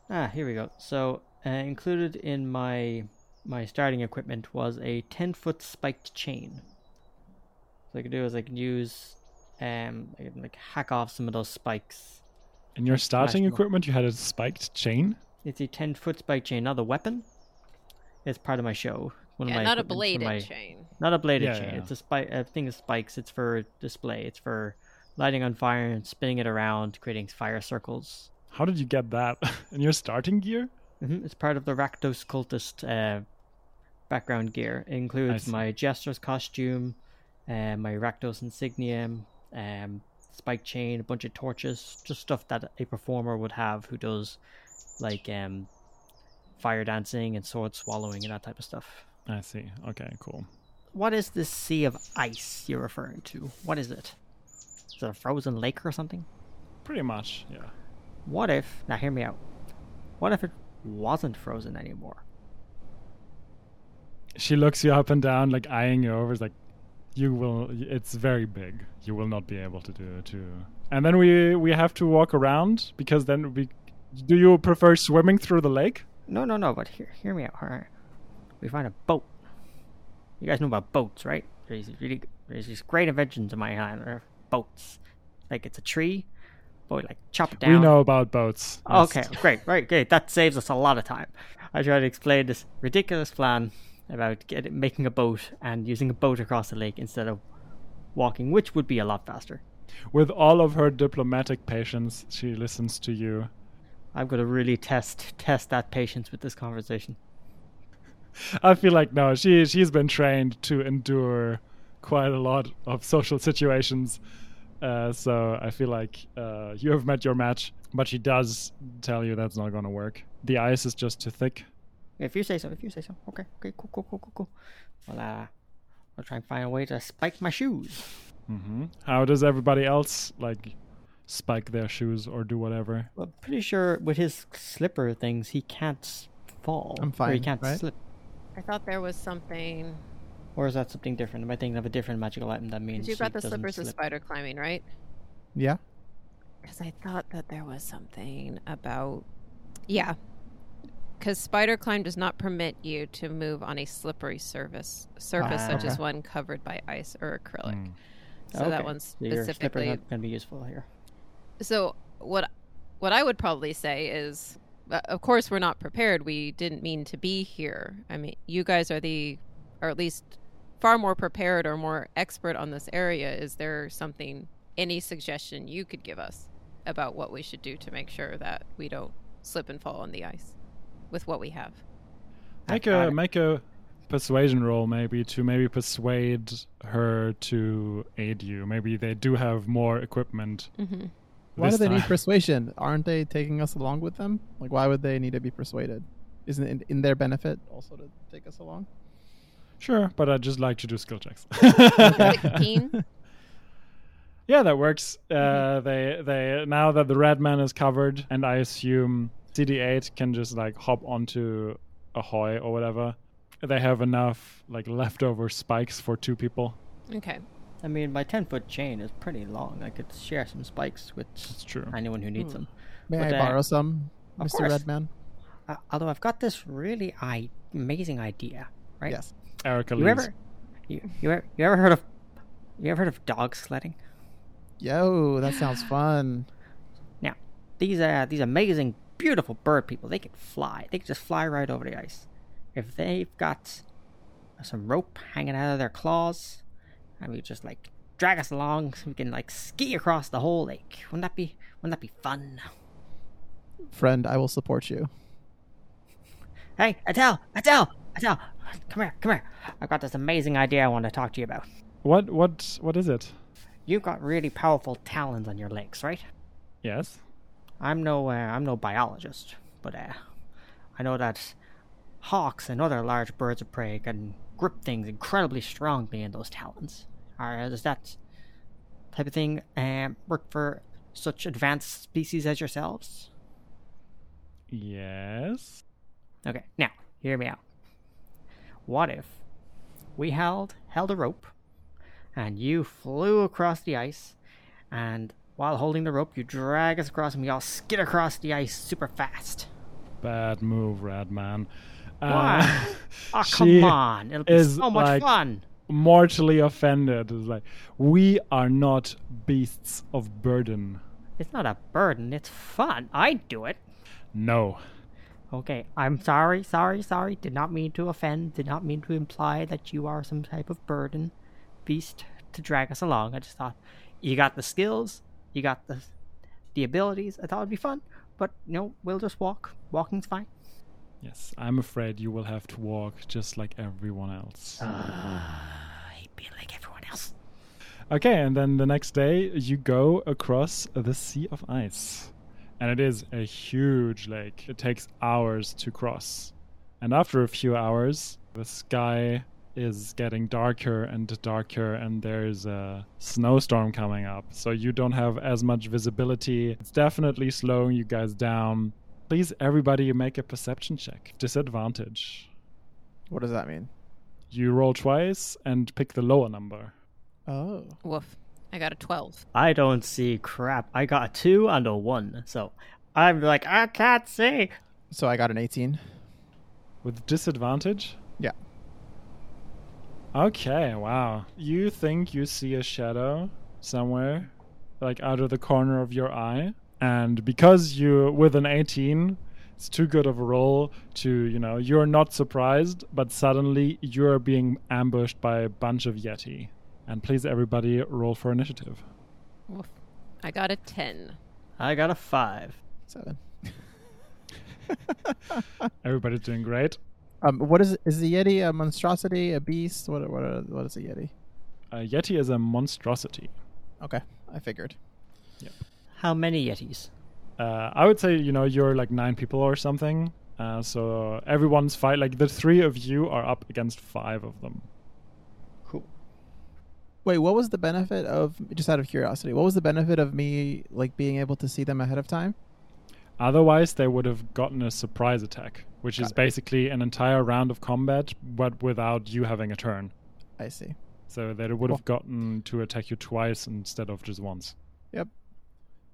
C: Ah, here we go. So uh, included in my my starting equipment was a ten foot spiked chain. So I could do is I can use, um, I can like hack off some of those spikes.
A: In your starting
C: Nice.
A: equipment, you had a spiked chain.
C: It's a ten foot spike chain, not a weapon. It's part of my show. One of
D: Yeah,
C: my
D: not
C: equipment, one
D: a
C: of
D: bladed
C: my-
D: chain.
C: Not a bladed
A: Yeah,
C: chain.
A: yeah, yeah.
C: It's a spike. A thing of spikes. It's for display. It's for lighting on fire and spinning it around, creating fire circles.
A: How did you get that? [LAUGHS] In your starting gear?
C: hmm It's part of the Rakdos cultist uh, background gear. It includes
A: see.
C: my jester's costume, uh, my Rakdos insignia, um, spike chain, a bunch of torches, just stuff that a performer would have who does like um, fire dancing and sword swallowing and that type of stuff.
A: I see. Okay, cool.
C: What is this sea of ice you're referring to? What is it? Is it a frozen lake or something?
A: Pretty much, yeah.
C: What if, now hear me out, what if it wasn't frozen anymore?
A: She looks you up and down, like eyeing you over. It's like, you will. It's very big. You will not be able to do to. And then we we have to walk around because then we. Do you prefer swimming through the lake?
C: No, no, no. But hear, hear me out. All right. We find a boat. You guys know about boats, right? There's these really, there's these great inventions in my island. are Boats, like it's a tree, but we like chop it down.
A: We know about boats. Yes.
C: Okay, great, right, great. That saves us a lot of time. I tried to explain this ridiculous plan about get, making a boat and using a boat across the lake instead of walking, which would be a lot faster.
A: With all of her diplomatic patience, she listens to you.
C: I'm gonna really test test that patience with this conversation.
A: I feel like no, she she's been trained to endure quite a lot of social situations. Uh, so I feel like uh, you have met your match, but she does tell you that's not going to work. The ice is just too thick.
C: If you say so, if you say so. Okay, okay, cool, cool, cool, cool, cool. Well, uh, I'll try and find a way to spike my shoes.
A: hmm How does everybody else like spike their shoes or do whatever?
C: I'm pretty sure with his slipper things, he can't s- fall.
B: I'm
C: Or he
B: fine,
C: can't
B: right?
C: slip.
D: I thought there was something.
C: Or is that something different? Am I thinking of a different magical item that means
D: Because you got
C: he
D: the
C: doesn't
D: slippers of
C: slip?
D: spider climbing, right?
B: Yeah.
D: Because I thought that there was something about. Yeah. Because spider climb does not permit you to move on a slippery surface, surface
C: Ah, Hmm.
D: such as
B: okay.
D: one covered by ice or acrylic.
A: Mm.
D: So that
C: Okay,
D: one's
C: so your slipper's
D: specifically
C: not going to be useful here.
D: so what what I would probably say is uh, of course we're not prepared. We didn't mean to be here. I mean, you guys are the or at least far more prepared or more expert on this area. Is there something any suggestion you could give us about what we should do to make sure that we don't slip and fall on the ice with what we have?
A: Make
C: got
A: a
C: it.
A: make a persuasion roll, maybe to maybe persuade her to aid you. Maybe they do have more equipment.
D: [LAUGHS] Mm-hmm.
B: Why do
A: this
B: they need
A: time.
B: persuasion? Aren't they taking us along with them? Like, why would they need to be persuaded? Isn't it in, in their benefit also to take us along?
A: Sure, but I'd just like to do skill
C: [LAUGHS]
A: checks.
D: Sixteen.
A: yeah, that works. Uh, they they now that the red man is covered, and I assume CD8 can just like hop onto Ahoy or whatever. They have enough like leftover spikes for two people.
D: okay.
C: I mean, my 10 foot chain is pretty long. I could share some spikes with
A: It's true.
C: anyone who
B: Hmm.
C: needs them.
B: May
C: But,
B: I
C: uh,
B: borrow some,
C: of
B: Mr.
C: course.
B: Redman?
C: Uh, although I've got this really I- amazing idea, right?
B: Yes.
A: Erica
C: You
A: leaves.
C: ever, you, you ever, you ever heard of, you ever heard of dog sledding?
B: Yo, that sounds fun.
C: Now, these uh, these amazing, beautiful bird people, they can fly. They can just fly right over the ice. If they've got some rope hanging out of their claws, and we just like drag us along, so we can like ski across the whole lake. Wouldn't that be? Wouldn't that be fun?
B: Friend, I will support you.
C: Hey, Adele, Adele, Adele, come here, come here. I've got this amazing idea I want to talk to you about.
A: What what what is it?
C: You've got really powerful talons on your legs, right?
A: Yes.
C: I'm no uh, I'm no biologist, but uh, I know that hawks and other large birds of prey can grip things incredibly strongly in those talons. Are does that type of thing um, work for such advanced species as yourselves?
A: Yes.
C: Okay, now hear me out. What if we held held a rope, and you flew across the ice, and While holding the rope, you drag us across and we all skid across the ice super fast.
A: Bad move, Uh, Radman.
C: Why? [LAUGHS] Oh, come
A: She
C: on. It'll be
A: is
C: so much
A: like-
C: fun.
A: [LAUGHS] mortally offended. It's like, we are not beasts of burden.
C: It's not a burden, it's fun. I do it.
A: No.
C: Okay, I'm sorry, sorry, sorry. Did not mean to offend, did not mean to imply that you are some type of burden, beast to drag us along. I just thought you got the skills, you got the the abilities. I thought it'd be fun, but no, we'll just walk. Walking's fine.
A: Yes, I'm afraid you will have to walk just like everyone else.
C: Ah. Uh, [SIGHS] I hate being like everyone else.
A: Okay, and then the next day you go across the sea of ice. And it is a huge lake. It takes hours to cross. And after a few hours, the sky is getting darker and darker, and there's a snowstorm coming up. So you don't have as much visibility. It's definitely slowing you guys down. Please, everybody, make a perception check. Disadvantage.
B: What does that mean?
A: You roll twice and pick the lower number.
B: Oh.
D: Woof. I got a 12.
C: I don't see crap. I got a two and a one, so I'm like, I can't see.
B: So I got an 18.
A: With disadvantage?
B: Yeah.
A: Okay, wow. You think you see a shadow somewhere, like out of the corner of your eye, and because you with an 18, it's too good of a roll to, you know, you're not surprised, but suddenly you're being ambushed by a bunch of yeti. And please everybody roll for initiative.
D: Woof. I got a 10.
C: I got a five.
B: Seven. [LAUGHS]
A: Everybody's doing great.
B: Um, what is is the yeti a monstrosity, a beast? What what what is a yeti?
A: A Uh, yeti is a monstrosity.
B: Okay, I figured.
C: How many Yetis?
A: uh, I would say you know you're like nine people or something. Uh, so everyone's fight like the three of you are up against five of them.
C: Cool.
B: Wait, what was the benefit of just out of curiosity? What was the benefit of me like being able to see them ahead of time?
A: Otherwise, they would have gotten a surprise attack, which is basically an entire round of combat, but without you having a turn.
B: I see.
A: So they would have gotten to attack you twice instead of just once,
B: Yep.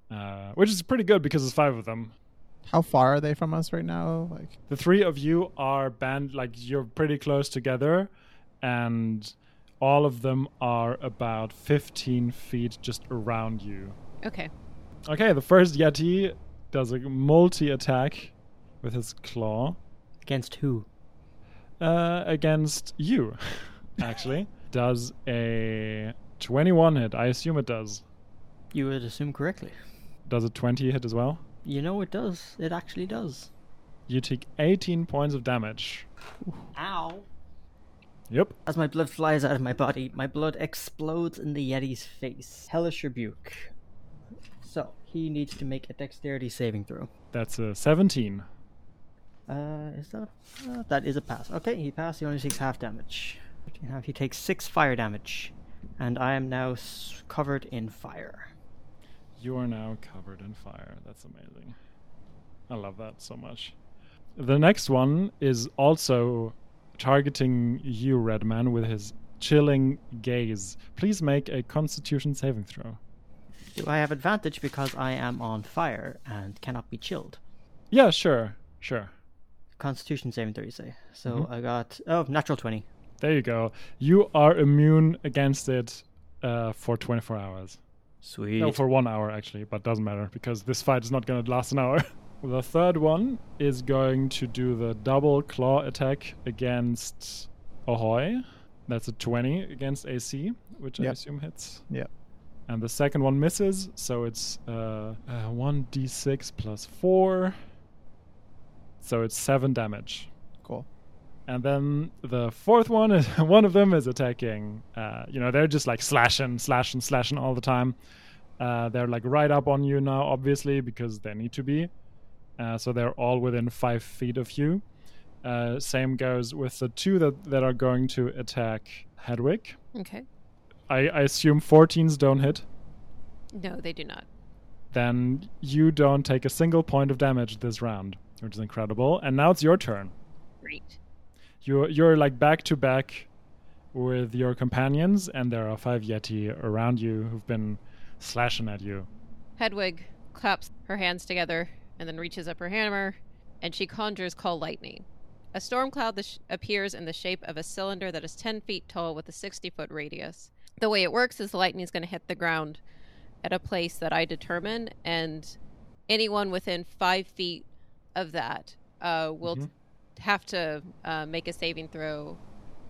A: uh, which is pretty good because it's five of them.
B: How far are they from us right now? Like,
A: the three of you are band like you're pretty close together and all of them are about 15 feet just around you
D: Okay.
A: okay the first yeti does a multi attack with his claw
C: Against who?
A: uh, against you [LAUGHS] actually does a 21 hit i assume it does
C: You would assume correctly.
A: does a 20 hit as well
C: You know it does. It actually does.
A: you take 18 points of damage
C: Ow.
A: yep
C: As my blood flies out of my body, my blood explodes in the Yeti's face. Hellish rebuke. So, he needs to make a dexterity saving throw.
A: that's a 17
C: Uh, is that a, uh, that is a pass? Okay, he passed. He only takes half damage. And Half. He takes six fire damage, and I am now s- covered in fire.
A: You are now covered in fire. That's amazing. I love that so much. The next one is also targeting you, Redman, with his chilling gaze. Please make a Constitution saving throw.
C: Do I have advantage because I am on fire and cannot be chilled?
A: Yeah, sure, sure.
C: Constitution saving throw, you say. So I got oh natural twenty.
A: There you go. You are immune against it uh, for 24 hours.
C: Sweet.
A: No, for one hour actually, but doesn't matter because this fight is not going to last an hour. [LAUGHS] the third one is going to do the double claw attack against Ahoy. That's a 20 against AC, which I
B: Yep.
A: assume hits.
B: Yep.
A: And the second one misses, so it's uh, uh, 1d6 plus 4. So it's 7 damage.
B: cool.
A: And then the fourth one is [LAUGHS] one of them is attacking. Uh, you know, they're just like slashing, slashing, slashing all the time. Uh, they're like right up on you now, obviously, because they need to be. Uh, so they're all within five feet of you. Uh, same goes with the two that, that are going to attack Hedwig.
D: Okay.
A: I, I assume 14s don't hit.
D: No, they do not.
A: Then you don't take a single point of damage this round, which is incredible. And now it's your turn.
D: Great.
A: you're you're like back to back with your companions and there are five yeti around you who've been slashing at you
D: Hedwig claps her hands together and then reaches up her hammer, and she conjures Call Lightning. A storm cloud th- appears in the shape of a cylinder that is 10 feet tall with a 60 foot radius. The way it works is the lightning's going to hit the ground at a place that I determine, and anyone within five feet of that uh, will
A: Mhm.
D: t- have to uh, make a saving throw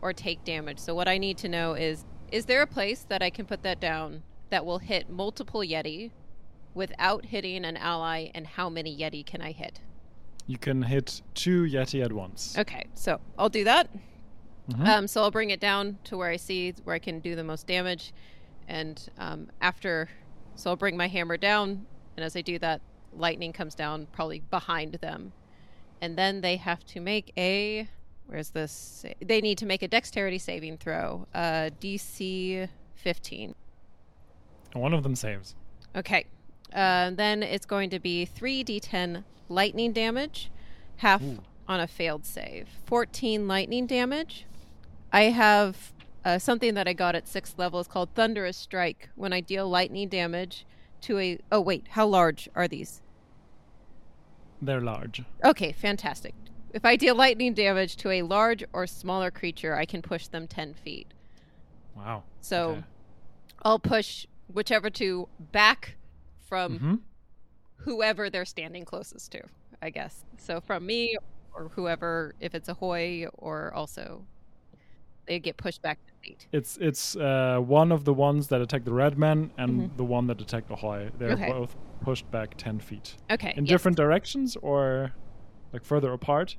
D: or take damage. So, what I need to know is is there a place that I can put that down that will hit multiple Yeti without hitting an ally, and how many Yeti can I hit?
A: You can hit two Yeti at once.
D: Okay, so I'll do that.
A: Mhm.
D: Um, so I'll bring it down to where I see where I can do the most damage, and um, after, so I'll bring my hammer down, and as I do that, lightning comes down probably behind them, and then they have to make a. Where's this? They need to make a dexterity saving throw, uh, DC 15.
A: And One of them saves.
D: Okay. Uh, then it's going to be 3d10 lightning damage, half on a failed save. 14 lightning damage. I have uh, something that I got at sixth level. It's called Thunderous Strike. When I deal lightning damage to a. Oh, wait. How large are these?
A: They're large.
D: Okay, fantastic. If I deal lightning damage to a large or smaller creature, I can push them 10 feet.
A: Wow.
D: So
A: Okay.
D: I'll push whichever two back from
A: Mhm.
D: whoever they're standing closest to, I guess. So from me or whoever, if it's a hoy or also, they get pushed back to feet.
A: It's it's uh, one of the ones that attack the red man and the one that attack the Hoi. They're
D: Mm-hmm. Okay.
A: both pushed back ten feet
D: Okay,
A: in
D: yes.
A: different directions or like further apart.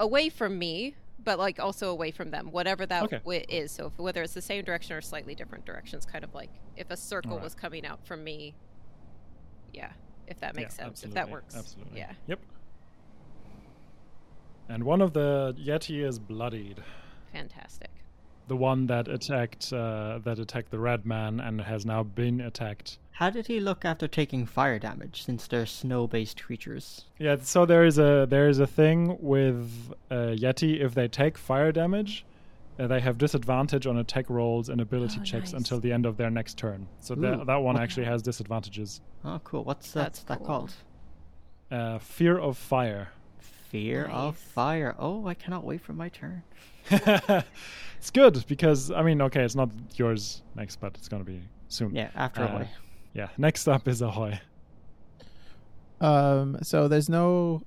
D: away from me, but like also away from them, whatever that
A: Okay,
D: wi- is. So if, whether it's the same direction or slightly different directions, kind of like if a circle
A: Alright.
D: was coming out from me. Yeah, if that makes
A: Yeah,
D: sense, if that
A: absolutely,
D: works.
A: Absolutely.
D: Yeah.
A: Yep. And one of the Yeti is bloodied.
D: Fantastic.
A: The one that attacked uh, that attacked the red man and has now been attacked
C: How did he look after taking fire damage since they're snow based creatures?
A: Yeah, so there is a there is a thing with uh, Yeti if they take fire damage, uh, they have disadvantage on attack rolls and ability
D: Oh,
A: checks
D: nice.
A: until the end of their next turn. So
C: Ooh.
A: that that one actually has disadvantages.
C: Oh, cool. What's that,
D: That's
C: That's that
D: cool.
C: called?
A: Uh, fear of fire. [LAUGHS]
C: Fear of
D: Nice.
C: fire. Oh, I cannot wait for my turn.
A: it's good because I mean, okay, it's not yours next, but it's gonna be soon.
C: Yeah, after
A: Uh,
C: a while.
A: Yeah. Next up is Ahoy.
B: Um, so there's no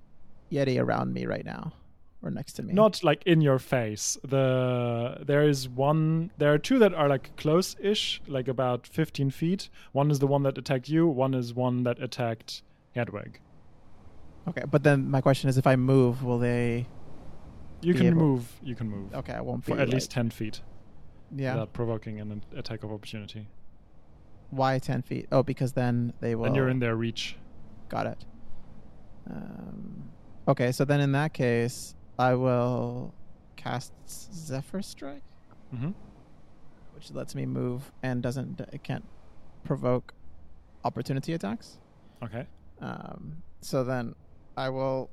B: Yeti around me right now, or next to me.
A: Not like in your face. The there is one. There are two that are like close-ish, like about fifteen feet. One is the one that attacked you. One is one that attacked Hedwig.
B: okay. But then my question is, if I move, will they?
A: You
B: Be
A: can
B: able-
A: move. You can move
B: Okay, I won't be
A: for at least
B: like-
A: ten feet
B: yeah.
A: without provoking an attack of opportunity.
B: Why ten feet? Oh, because then they will.
A: and you're in their reach.
B: Got it. Um, okay, so then in that case, I will cast Zephyr Strike,
A: hmm
B: which lets me move and doesn't it can't provoke opportunity attacks.
A: Okay.
B: Um, so then I will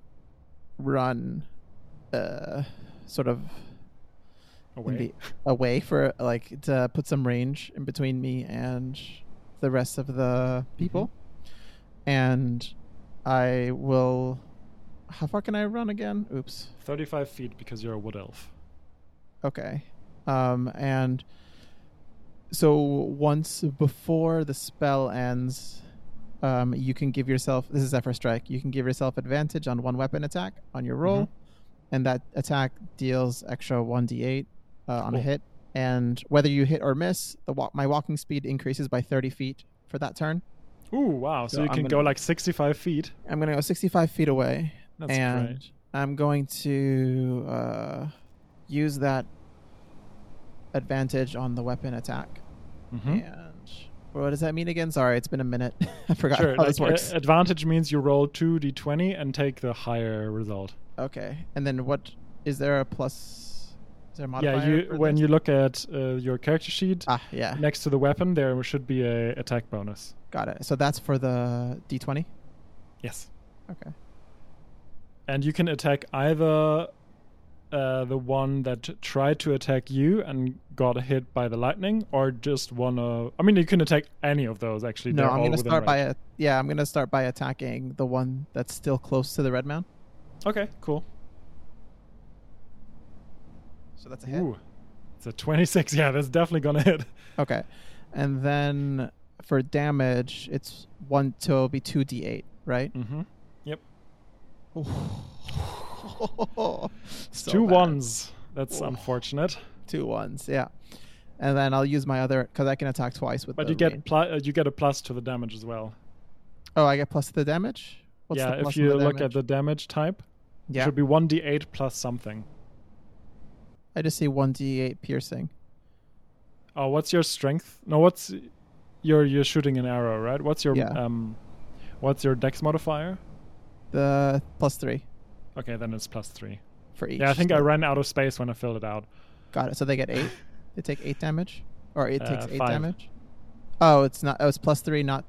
B: run, uh, sort of
A: Away.
B: in the- away for like to put some range in between me and the rest of the people, and I will. How far can I run again? Oops.
A: Thirty-five feet because you're a wood elf.
B: Okay. Um, and so once before the spell ends, um, you can give yourself this is Zephyr Strike. You can give yourself advantage on one weapon attack on your roll,
A: Mhm.
B: and that attack deals extra one d8 uh, on a
A: Cool.
B: hit. And whether you hit or miss, the wa- my walking speed increases by 30 feet for that turn.
A: Ooh, wow! So,
B: So
A: you
B: I'm
A: can
B: gonna-
A: go like sixty-five feet.
B: I'm going to go 65 feet away,
A: That's
B: and
A: great.
B: I'm going to uh, use that advantage on the weapon attack.
A: Mhm.
B: And what does that mean again? Sorry, it's been a minute. [LAUGHS] I forgot
A: Sure.
B: how
A: like,
B: this works.
A: a- advantage means you roll two d20 and take the higher result.
B: okay, and then what? Is there a plus? Is there a modifier?
A: yeah, you
B: for
A: when
B: this?
A: you look at uh, your character sheet
B: ah yeah,
A: next to the weapon, there should be a attack bonus.
B: got it. So that's for the d20.
A: Yes.
B: Okay,
A: And you can attack either uh, the one that tried to attack you and got hit by the lightning, or just one of? I mean, you can attack any of those. Actually,
B: No,
A: They're
B: I'm
A: all
B: gonna
A: within
B: start by
A: range.
B: a, yeah, I'm gonna start by attacking the one that's still close to the red mound.
A: Okay, cool.
B: So that's a hit.
A: Ooh, it's a twenty-six. [LAUGHS] Yeah, that's definitely gonna hit.
B: Okay, and then for damage, it's one to it'll be two d8,
A: [LAUGHS]
B: right?
A: Mm-hmm. Yep.
B: So
A: Two
B: bad.
A: ones. That's
B: Oh.
A: unfortunate.
B: Two ones, yeah. And then I'll use my other because I can attack twice with.
A: But
B: the
A: you get
B: range.
A: pl- uh, you get a plus to the damage as well.
B: oh, I get plus to the damage.
A: yeah,
B: the plus
A: if
B: on
A: you
B: the
A: look at
B: damage?
A: the damage type, it
B: yeah,
A: should be one d8 plus something.
B: I just see one d8 piercing.
A: Oh, what's your strength? No, what's your you're shooting an arrow, right? What's your
B: Yeah.
A: um, what's your dex modifier?
B: The plus three
A: Okay, then it's plus three.
B: for each.
A: Yeah, I think I
B: so-
A: ran out of space when I filled it out.
B: Got it. So they get eight. they take eight damage, or it
A: Uh,
B: takes eight
A: five.
B: damage. Oh, it's not. Oh, it's plus three, not.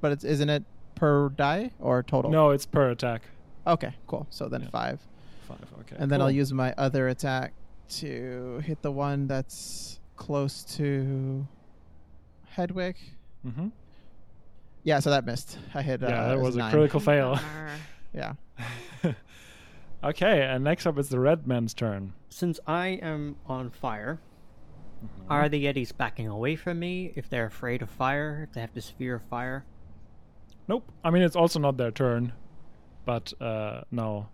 B: But it's isn't it per die or total?
A: No, it's per attack.
B: Okay, cool. So then
A: Yeah.
B: five,
A: Five. Okay.
B: and then I'll
A: cool.
B: use my other attack to hit the one that's close to Hedwig.
A: Mhm.
B: Yeah, so that missed. I hit.
A: Yeah,
B: uh,
A: that
B: it
A: was a
B: nine.
A: critical fail.
D: Bummer.
B: Yeah.
A: okay, and next up is the red man's turn.
C: Since I am on fire, are the Yetis backing away from me if they're afraid of fire, if they have this fear of fire?
A: Nope. I mean, it's also not their turn, but uh, no.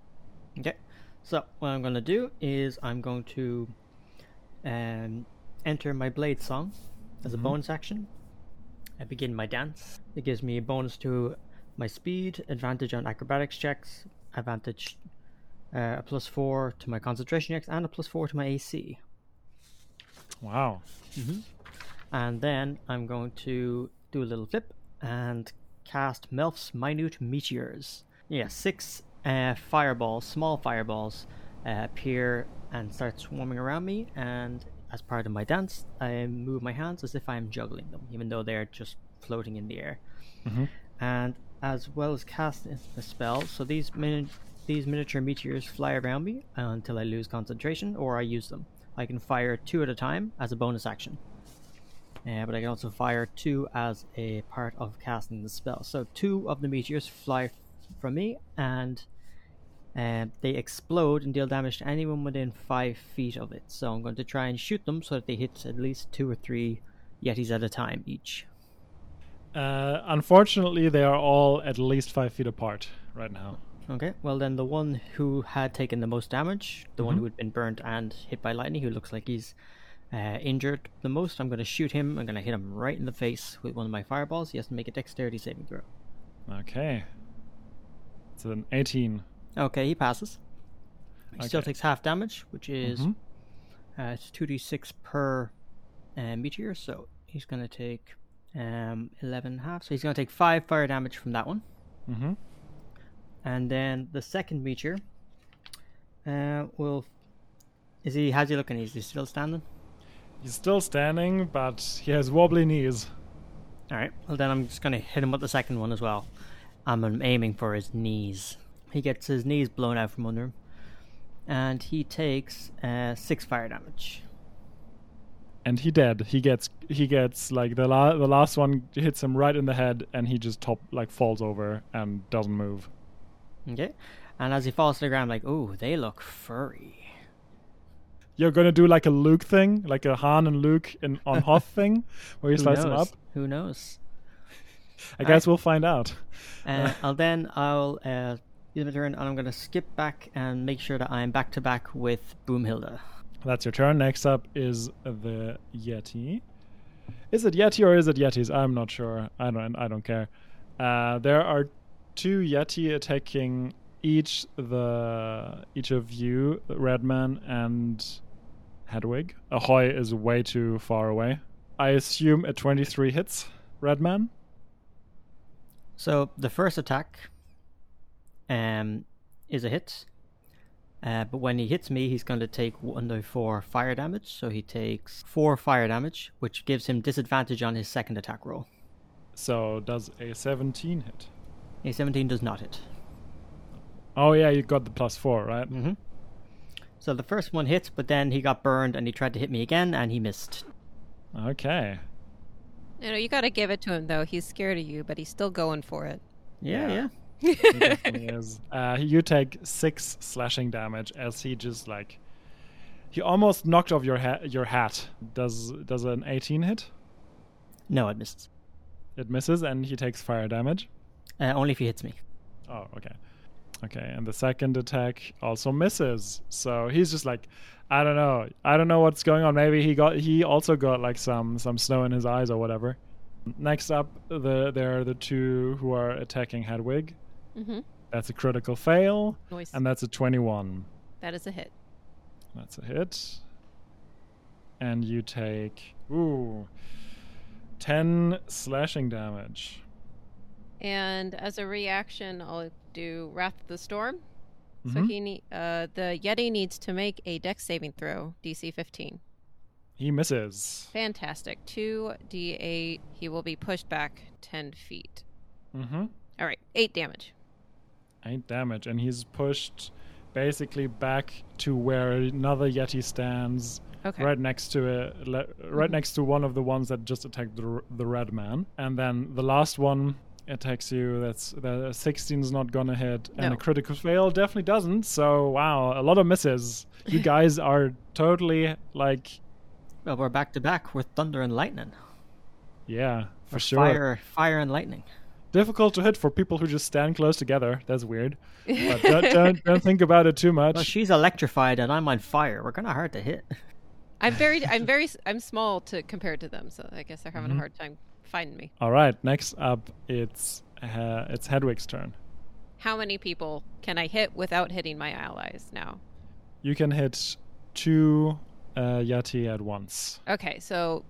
C: Okay. So what I'm gonna do is I'm going to um, enter my blade song as a bonus action. I begin my dance. It gives me a bonus to my speed, advantage on acrobatics checks, advantage uh, a plus four to my concentration checks, and a plus four to my AC.
A: Wow.
C: And then I'm going to do a little flip and cast Melf's Minute Meteors. Yeah, six uh, fireballs, small fireballs, uh, appear and start swarming around me. And as part of my dance, I move my hands as if I'm juggling them, even though they're just floating in the air. And as well as casting the spell, so these min- these miniature meteors fly around me until I lose concentration or I use them. I can fire two at a time as a bonus action. Uh, but I can also fire two as a part of casting the spell. So two of the meteors fly f- from me, and uh, they explode and deal damage to anyone within five feet of it. So I'm going to try and shoot them so that they hit at least two or three Yetis at a time each.
A: Uh, unfortunately, they are all at least five feet apart right now.
C: Okay, well then the one who had taken the most damage, the one who had been burnt and hit by lightning, who looks like he's uh, injured the most, I'm going to shoot him. I'm going to hit him right in the face with one of my fireballs. He has to make a dexterity saving throw.
A: Okay. It's an 18.
C: Okay, he passes. He still
A: Okay.
C: takes half damage, which is
A: Mhm.
C: uh, it's two d six per uh, meteor. So he's gonna take um, eleven half. So he's gonna take five fire damage from that one,
A: Mm-hmm.
C: and then the second meteor uh, will. Is he? How's he looking? Is he still standing?
A: He's still standing, but he has wobbly knees.
C: All right. Well, then I'm just gonna hit him with the second one as well. I'm um, aiming for his knees. He gets his knees blown out from under him, and he takes uh, six fire damage.
A: And he dead. He gets he gets like the la- the last one hits him right in the head, and he just top like falls over and doesn't move.
C: Okay. And as he falls to the ground, I'm like, ooh, they look furry.
A: You're gonna do like a Luke thing, like a Han and Luke in
C: [LAUGHS]
A: on Hoth thing, where you
C: Who
A: slice
C: knows?
A: them up.
C: Who knows?
A: I guess we'll find out. [LAUGHS]
C: Uh, I'll then I'll uh, use my turn, and I'm gonna skip back and make sure that I'm back to back with Boomhilda.
A: That's your turn. Next up is the Yeti. Is it Yeti or is it Yetis? I'm not sure. I don't. I don't care. Uh, there are two Yeti attacking each the each of you, Redman and Hedwig. Ahoy is way too far away. I assume a 23 hits, Redman.
C: So the first attack, um, is a hit. Uh, but when he hits me, he's going to take one d four fire damage. So he takes four fire damage, which gives him disadvantage on his second attack roll.
A: So does a 17 hit?
C: A seventeen does not hit.
A: Oh yeah, you got the plus four, right?
C: Mm-hmm. So the first one hit, but then he got burned and he tried to hit me again and he missed.
A: Okay.
D: No, no, you got to give it to him though. He's scared of you, but he's still going for it.
C: Yeah,
A: Yeah.
C: yeah.
A: He definitely is. Uh, you take six slashing damage as he just like he almost knocked off your ha- your hat. Does does an 18 hit?
C: No, it missed.
A: It misses, and he takes fire damage.
C: Uh, only if he hits me.
A: Oh, okay. Okay, and the second attack also misses. So he's just like, I don't know. I don't know what's going on. Maybe he got he also got like some some snow in his eyes or whatever. Next up, the there are the two who are attacking Hedwig.
D: Mm-hmm.
A: That's a critical fail,
D: Nice.
A: and that's a 21.
D: that is a hit.
A: That's a hit. And you take ooh 10 slashing damage.
D: And as a reaction, I'll do Wrath of the Storm. So
A: Mhm.
D: he ne- uh, the Yeti needs to make a Dex saving throw, DC 15.
A: He misses.
D: Fantastic. 2d8. He will be pushed back 10 feet.
A: Mhm.
D: All right, 8 damage.
A: eight damage, and he's pushed basically back to where another yeti stands,
D: Okay. Mm-hmm.
A: right next to a, le, right next to one of the ones that just attacked the, r- the red man, and then the last one attacks you. That's the 16's not gonna hit, and
D: No.
A: a critical fail definitely doesn't. So wow, a lot of misses.
D: [LAUGHS]
A: You guys are totally like,
C: Well, we're back to back with thunder and lightning.
A: yeah, for
C: Or
A: sure.
C: Fire, fire and lightning.
A: Difficult to hit for people who just stand close together. That's
D: [LAUGHS]
A: weird. But don't, don't, don't think about it too much.
C: Well, she's electrified and I'm on fire. We're kind of hard to hit. [LAUGHS]
D: I'm very, I'm very, s- I'm small to compared to them, so I guess they're having a hard time finding me.
A: All right, next up it's uh, it's Hedwig's turn.
D: How many people can I hit without hitting my allies now?
A: You can hit two uh, Yati at once.
D: Okay, so,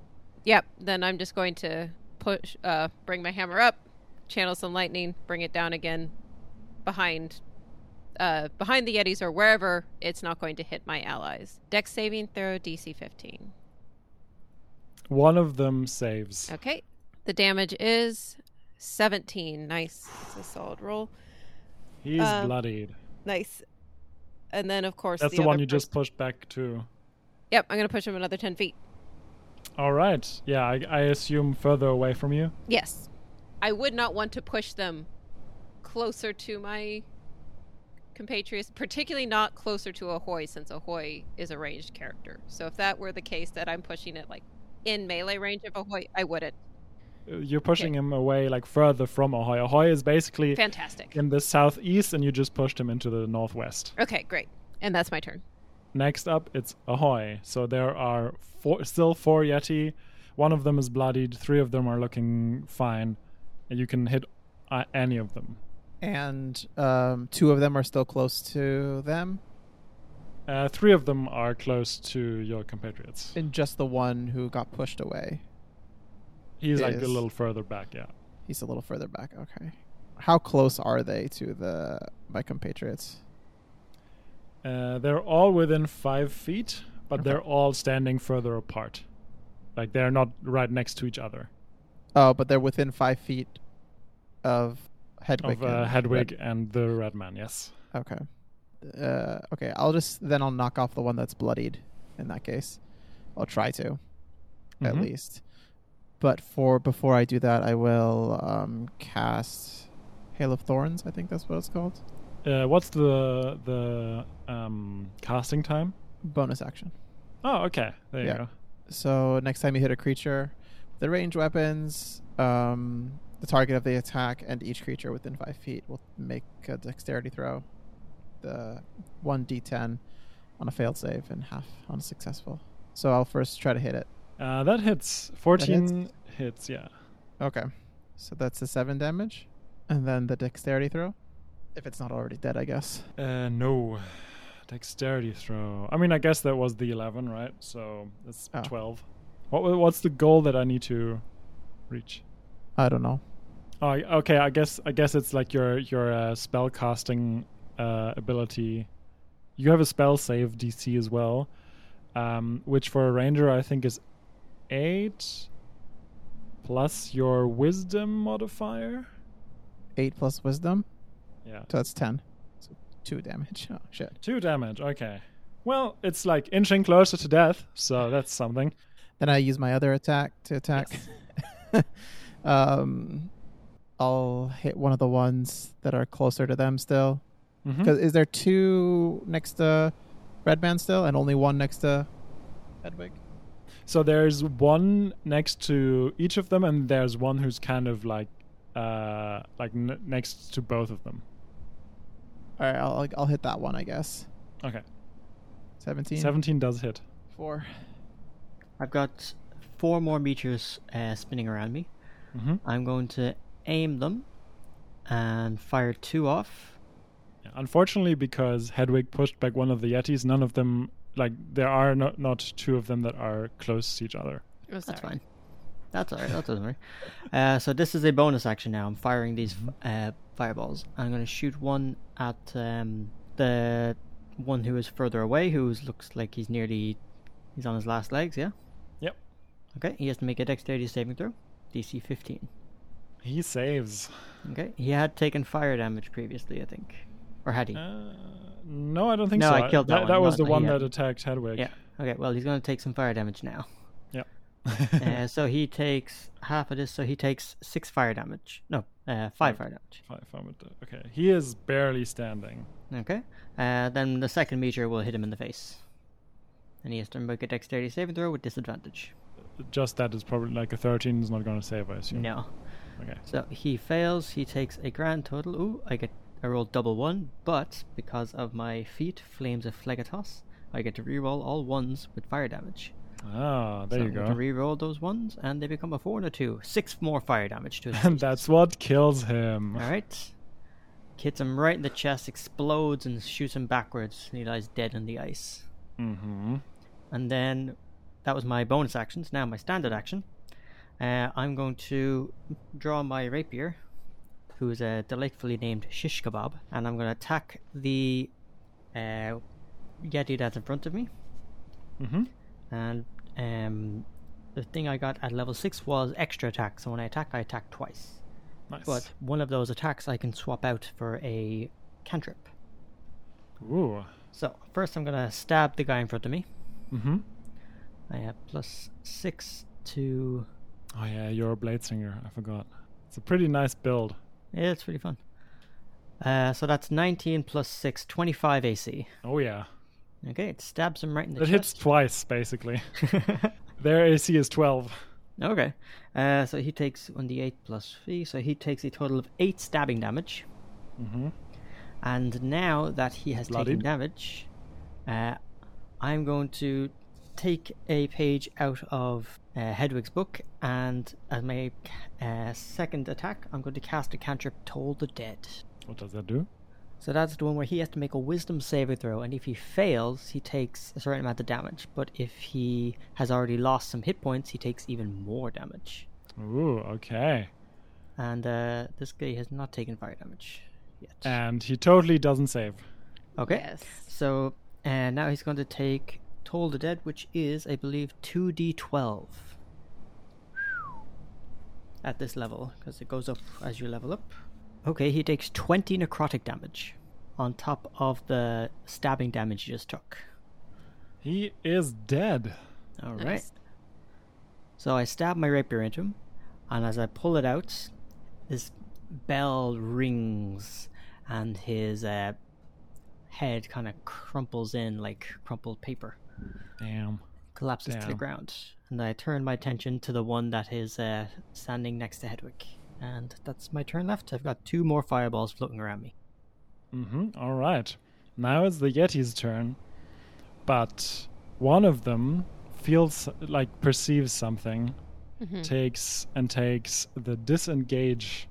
D: yep. Then I'm just going to push, uh, bring my hammer up, channel some lightning, bring it down again, behind, uh, behind the Yetis or wherever it's not going to hit my allies. Dex saving throw, DC 15.
A: One of them saves.
D: Okay, the damage is 17. Nice, it's a solid roll.
A: He's
D: Um,
A: bloodied.
D: Nice. And then of course
A: That's the, one
D: other
A: you just
D: person-
A: pushed back to.
D: Yep, I'm gonna push him another ten feet.
A: All right. Yeah, I, I assume further away from you.
D: Yes. I would not want to push them closer to my compatriots, particularly not closer to Ahoy, since Ahoy is a ranged character. So if that were the case that I'm pushing it like in melee range of Ahoy, I wouldn't.
A: Uh, You're pushing him away, like further from Ahoy. Ahoy is basically
D: Fantastic.
A: in the southeast, and you just pushed him into the northwest.
D: Okay, great. And that's my turn.
A: Next up, it's Ahoy. So there are four, still four Yeti. One of them is bloodied. Three of them are looking fine. And you can hit uh, any of them.
B: And um, two of them are still close to them,
A: Uh, three of them are close to your compatriots.
B: and just the one who got pushed away.
A: He's like a
B: Yes.
A: little further back. Yeah,
B: He's a little further back. Okay. How close are they to the my compatriots?
A: uh, they're all within five feet, but they're all standing further apart. Like they're not right next to each other.
B: Oh, but they're within five feet of
A: of
B: Hedwig.
A: uh,
B: and-
A: Hedwig and the Red Man. Yes.
B: Okay. Uh, okay, I'll just then I'll knock off the one that's bloodied. In that case, I'll try to at
A: Mhm.
B: least. But for before I do that, I will um, cast Hail of Thorns. I think that's what it's called.
A: Uh, what's the the um, casting time?
B: Bonus action.
A: Oh, okay. There
B: Yeah.
A: you go.
B: So next time you hit a creature, the range weapons, um, the target of the attack, and each creature within five feet will make a dexterity throw, the one d10 on a failed save and half on a successful. So I'll first try to hit it.
A: Uh, that hits. 14 hits, yeah.
B: Okay, so that's the seven damage, and then the dexterity throw, if it's not already dead, I guess.
A: Uh, no. Dexterity throw. I mean, I guess that was the 11, right? So that's
B: Oh.
A: 12. What wa- What's the goal that I need to reach?
B: I don't know.
A: Oh, I- okay. I guess I guess it's like your your uh, spell casting uh, ability. You have a spell save DC as well, um, which for a ranger I think is eight plus your wisdom modifier.
B: Eight plus wisdom,
A: Yeah,
B: so that's ten. So two damage. [LAUGHS] Oh shit.
A: two damage. Okay. Well, it's like inching closer to death, so that's something.
B: Then I use my other attack to attack. [LAUGHS] um, I'll hit one of the ones that are closer to them still.
A: Mhm.
B: Because is there two next to Redman still, and only one next to Hedwig?
A: So there's one next to each of them, and there's one who's kind of like, uh, like n- next to both of them.
B: All right, I'll I'll hit that one, I guess.
A: Okay,
B: Seventeen.
A: seventeen does hit.
B: Four.
C: I've got four more meteors uh, spinning around me.
A: hmm
C: I'm going to aim them and fire two off.
A: Unfortunately, because Hedwig pushed back one of the Yetis, none of them like there are no, not two of them that are close to each other.
D: Oh,
C: That's
D: sorry.
C: fine. That's alright. That doesn't worry. Uh, so this is a bonus action now. I'm firing these
A: Mm-hmm.
C: uh, fireballs. I'm going to shoot one at um, the one who is further away, who looks like he's nearly, he's on his last legs. Yeah.
A: Yep,
C: Okay. He has to make a dexterity saving throw, DC 15.
A: he saves.
C: Okay. He had taken fire damage previously, I think, or had he?
A: Uh, no, I don't think
C: No,
A: so.
C: I killed that one,
A: That was
C: not
A: the
C: the
A: one
C: Yeti.
A: that attacked Hedwig.
C: yeah. Okay. Well, he's going to take some fire damage now.
A: Yep.
C: [LAUGHS] uh, so he takes half of this, so he takes six fire damage. No, uh, five fire damage.
A: Five, five, okay, he is barely standing.
C: Okay. Uh, then the second meteor will hit him in the face. And he has to make a dexterity saving throw with disadvantage.
A: Just that is probably like a thirteen is not going to save. I assume.
C: No.
A: Okay.
C: So he fails, he takes a grand total. Ooh, I get I rolled double one, but because of my feat, Flames of Phlegetos, I get to reroll all ones with fire damage.
A: Ah, there
C: so
A: you
C: I get to
A: go.
C: reroll those ones, and they become a four and a two. Six more fire
A: [LAUGHS]
C: damage to his
A: And
C: face.
A: [LAUGHS] that's what kills him.
C: All right. Hits him right in the chest, explodes, and shoots him backwards, and he lies dead in the ice.
A: Mm-hmm.
C: And then that was my bonus actions. Now my standard action. Uh, I'm going to draw my rapier, who is a delightfully named shish kebab, and I'm going to attack the uh, yeti that's in front of me.
A: Mm-hmm.
C: And um, the thing I got at level six was extra attack. So when I attack, I attack twice.
A: Nice.
C: But one of those attacks I can swap out for a cantrip.
A: Ooh.
C: So first I'm gonna stab the guy in front of me.
A: Mm-hmm.
C: I have plus six to
A: Oh yeah, you're a blade singer. I forgot. It's a pretty nice build.
C: yeah, it's pretty fun. Uh, so that's 19 plus 6, 25 AC.
A: Oh yeah,
C: Okay, it stabs him right in the
A: it hits
C: chest.
A: twice
C: [LAUGHS]
A: basically.
C: hits.
A: Their AC is twelve.
C: okay, uh, so he takes 1d8 plus 3, so he takes a total of 8 stabbing damage.
A: Mm-hmm.
C: And now that he has
A: Bloodied.
C: taken damage, uh, I'm going to take a page out of uh, Hedwig's book, and as my uh, second attack, I'm going to cast a cantrip Toll the Dead.
A: What does that do?
C: So that's the one where he has to make a wisdom saving throw, and if he fails, he takes a certain amount of damage. But if he has already lost some hit points, he takes even more damage.
A: Ooh, okay.
C: And uh, this guy has not taken fire damage yet.
A: And he totally doesn't save.
C: okay.
D: Yes.
C: So, and now he's going to take Toll the Dead, which is, I believe, 2d12 at this level, because it goes up as you level up. Okay, he takes 20 necrotic damage on top of the stabbing damage he just took.
A: He is dead.
C: Alright.
D: Nice.
C: So I stab my rapier into him, and as I pull it out, this bell rings, and his uh, head kind of crumples in like crumpled paper,
A: Damn.
C: collapses to the
A: Damn.
C: ground. And I turn my attention to the one that is uh, standing next to Hedwig. And that's my turn left. I've got two more fireballs floating around me.
A: Mm-hmm. All right. Now it's the Yeti's turn, but one of them feels like perceives something,
D: Mhm.
A: takes and takes the disengage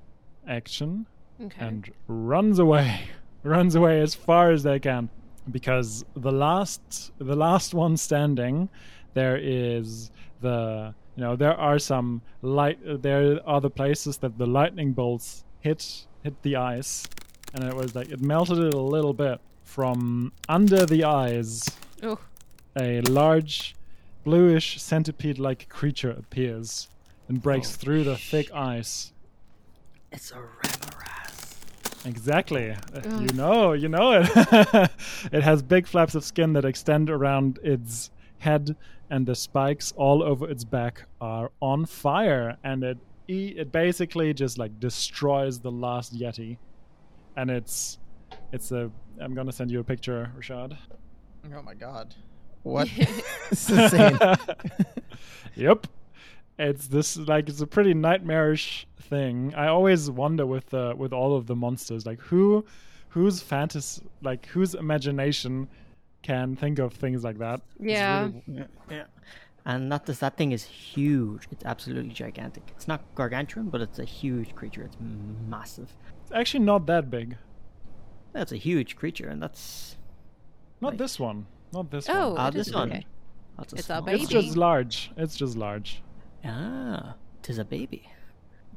A: action
D: Okay.
A: and runs away. [LAUGHS] Runs away as far as they can because the last the last one standing there is the you know there are some light there are the places that the lightning bolts hit hit the ice and it was like it melted it a little bit from under the eyes
D: oh,
A: a large bluish centipede like creature appears and breaks through the thick ice
C: It's a Ramaras.
A: Exactly.
D: Ugh.
A: You know, you know it. [LAUGHS] it has big flaps of skin that extend around its head, and the spikes all over its back are on fire. And it e- it basically just like destroys the last yeti. And it's it's a. I'm gonna send you a picture, Rashad.
B: Oh my god. What? [LAUGHS] this is insane.
A: [LAUGHS] yep. It's this like it's a pretty nightmarish thing. I always wonder with uh, with all of the monsters, like who whose fantasy like whose imagination can think of things like that. It's
D: Yeah.
A: really-
C: Yeah. yeah. And that does that thing is huge. It's absolutely gigantic. It's not gargantuan, but it's a huge creature. It's massive.
A: it's actually not that big.
C: That's a huge creature, and that's
A: Not
C: Like-
A: this one. Not this
D: Oh,
A: one.
C: Ah,
D: it is
C: this one.
D: okay.
C: that's a
D: It's a
C: small
A: It's
D: baby.
A: just large. It's just large.
C: Ah, tis a baby.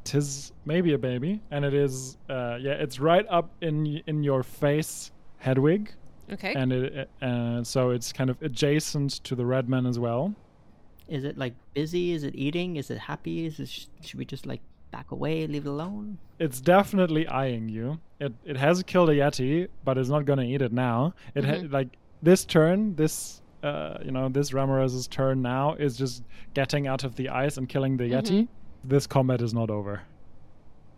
A: Tis maybe a baby, and it is. Uh, yeah, it's right up in y- in your face, Hedwig,
D: Okay.
A: and it uh, so it's kind of adjacent to the red man as well.
C: Is it like busy? Is it eating? Is it happy? Is it sh- should we just like back away, leave it alone?
A: it's definitely eyeing you. It it has killed a yeti, but it's not gonna eat it now. It ha-
D: Mm-hmm.
A: like this turn, this uh, you know, this Ramirez's turn now is just getting out of the ice and killing the yeti.
D: Mm-hmm.
A: This combat is not over.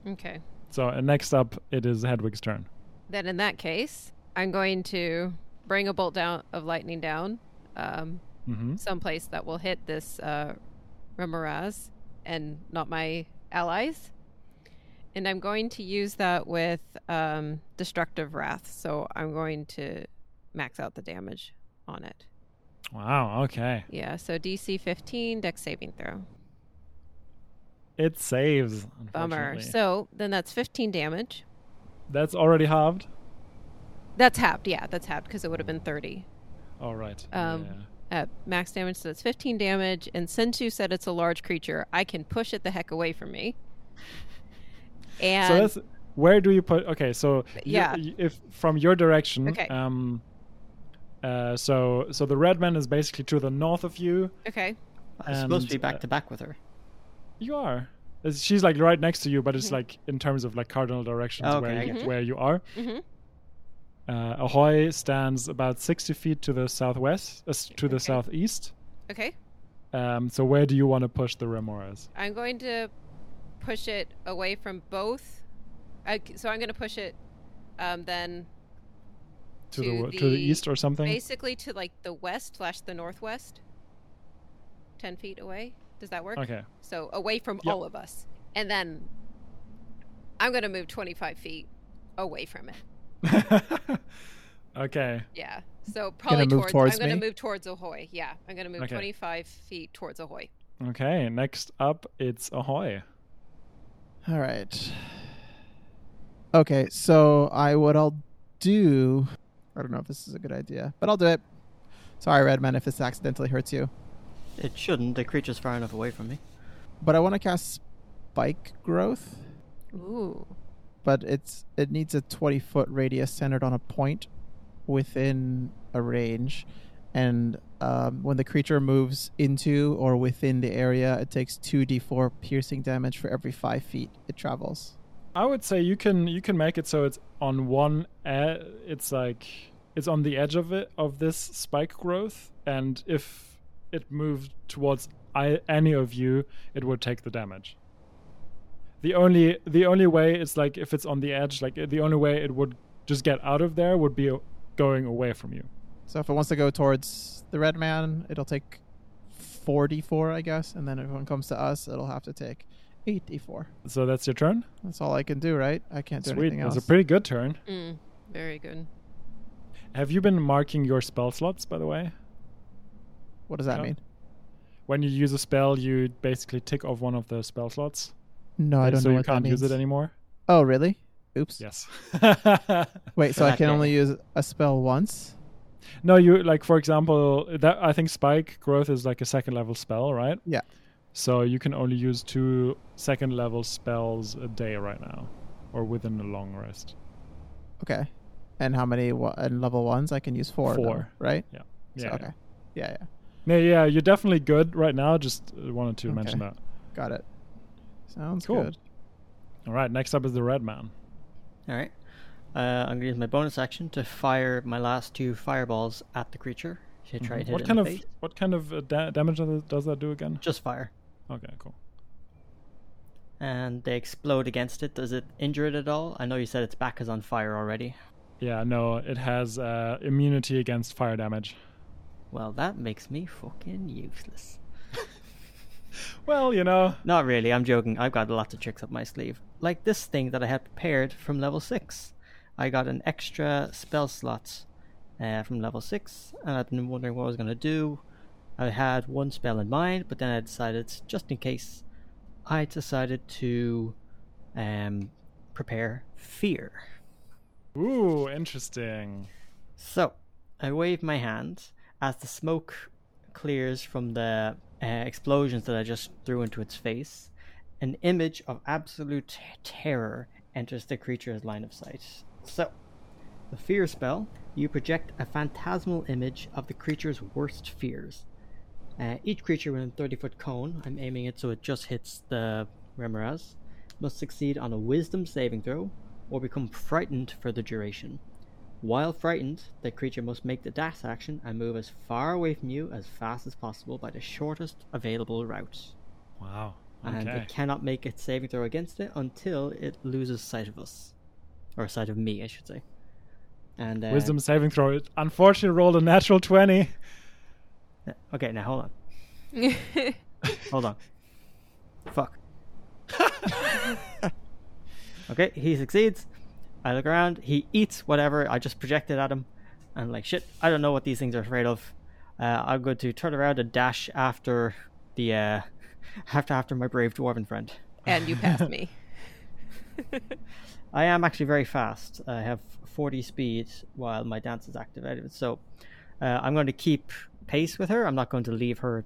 D: okay.
A: So and next up, it is Hedwig's turn.
D: Then in that case, I'm going to bring a bolt down of lightning down, um,
A: hmm
D: someplace that will hit this uh, Remoraz and not my allies. And I'm going to use that with um, destructive wrath. So I'm going to max out the damage on it.
A: Wow. Okay.
D: Yeah. So DC 15, Dex saving throw.
A: It saves.
D: Bummer.
A: unfortunately.
D: So then that's 15 damage.
A: that's already halved.
D: That's halved. Yeah, that's halved because it would have been 30
A: All right.
D: Um, at max damage. So that's 15 damage. And since you said it's a large creature, I can push it the heck away from me. And
A: so that's where do you put okay so you-
D: Yeah.
A: y- if from your direction
D: Okay.
A: um uh so so the red man is basically to the north of you
D: okay.
C: I'm supposed to be
A: And,
C: back
A: uh,
C: to back with her.
A: you are It's- she's like right next to you but
D: Mm-hmm.
A: it's like in terms of like cardinal directions
C: Okay,
A: where,
C: I
A: you,
C: get
D: you.
A: where you are
D: Mhm.
A: uh, ahoy stands about 60 feet to the southwest uh, s- to the
D: Okay.
A: southeast
D: Okay.
A: um so where do you want to push the remoras
D: I'm going to push it away from both. I, so I'm going to push it um, then
A: to,
D: To
A: the, w to the
D: the
A: east or something
D: basically to like the west slash the northwest, 10 feet away. Does that work?
A: okay [LAUGHS]
D: So away from
A: Yep.
D: all of us. And then I'm going to move 25 feet away from it.
A: okay
D: Yeah. So probably
B: move
D: towards,
B: towards
D: I'm going
B: me?
D: to move towards Ahoy. Yeah. I'm going to move
A: Okay.
D: 25 feet towards Ahoy.
A: okay next up it's ahoy
B: All right. Okay, so I what I'll do. I don't know if this is a good idea, but I'll do it. Sorry, Redman, if this accidentally hurts you.
C: It shouldn't. The creature's far enough away from me.
B: But I want to cast Spike Growth,
D: Ooh.
B: but it's it needs a twenty foot radius centered on a point within a range, and um, when the creature moves into or within the area, it takes two d four piercing damage for every five feet it travels.
A: I would say you can you can make it so it's on one. e- it's like it's on the edge of it of this spike growth, and if it moved towards I, any of you, it would take the damage. The only the only way it's like if it's on the edge, like the only way it would just get out of there would be going away from you.
B: So if it wants to go towards the red man, it'll take 44, I guess. And then if it comes to us, it'll have to take 84.
A: So that's your turn.
B: That's all I can do, right? I can't do
A: Sweet,
B: anything else.
A: that's a pretty good turn.
D: Mm, very good.
A: Have you been marking your spell slots, by the way?
B: what does that
A: Yeah.
B: mean?
A: When you use a spell, you basically tick off one of the spell slots,
B: No, I don't
A: so
B: know
A: you
B: what that
A: can't use it
B: means.
A: anymore.
B: Oh, really? Oops.
A: Yes.
B: Wait, so I [LAUGHS]
C: That
B: can
C: day.
B: only use a spell once?
A: [LAUGHS] no, you like for example that I think spike growth is like a second level spell, right?
B: Yeah.
A: So you can only use two second level spells a day right now, or within a long rest.
B: Okay. And how many wa- and level ones? I can use four. now,
A: Four.
B: right?
A: Yeah.
B: So-
A: Yeah.
B: okay. Yeah, yeah.
A: Yeah, yeah, you're definitely good right now. Just uh, wanted to
B: Okay.
A: mention that.
B: Got it. Sounds
A: Cool.
B: good.
A: All right. Next up is the red man.
C: All right. Uh, I'm going to use my bonus action to fire my last two fireballs at the creature. Should I try to hit
A: What
C: it
A: kind
C: in
A: of
C: the face?
A: what kind of uh, da- damage does does that do again?
C: Just fire.
A: Okay, cool.
C: And they explode against it. Does it injure it at all? I know you said its back is on fire already.
A: Yeah, no, it has uh, immunity against fire damage.
C: Well, that makes me fucking useless.
A: Well, you know,
C: Not really, I'm joking. I've got lots of tricks up my sleeve. Like this thing that I had prepared from level 6. I got an extra spell slot uh, from level 6, and I've been wondering what I was going to do. I had one spell in mind, but then I decided, just in case, I decided to um, prepare fear.
A: ooh, interesting.
C: So, I wave my hand as the smoke clears from the uh, explosions that I just threw into its face. An image of absolute t- terror enters the creature's line of sight. So, the fear spell you project a phantasmal image of the creature's worst fears. Uh, each creature within a 30 foot cone, I'm aiming it so it just hits the Remoras, must succeed on a wisdom saving throw or become frightened for the duration. While frightened, the creature must make the dash action and move as far away from you as fast as possible by the shortest available route.
A: Wow.
C: And
A: Okay.
C: it cannot make its saving throw against it until it loses sight of us. Or sight of me, I should say. And uh,
A: Wisdom saving throw. It unfortunately rolled a natural twenty.
C: Okay, now hold on. Hold on. Fuck. okay, he succeeds. I look around. He eats whatever I just projected at him. I'm like, shit, I don't know what these things are afraid of. Uh, I'm going to turn around and dash after the uh, [LAUGHS] after after my brave dwarven friend.
D: [LAUGHS] and you passed me.
C: I am actually very fast. I have 40 speed while my dance is activated. So uh, I'm going to keep pace with her. I'm not going to leave her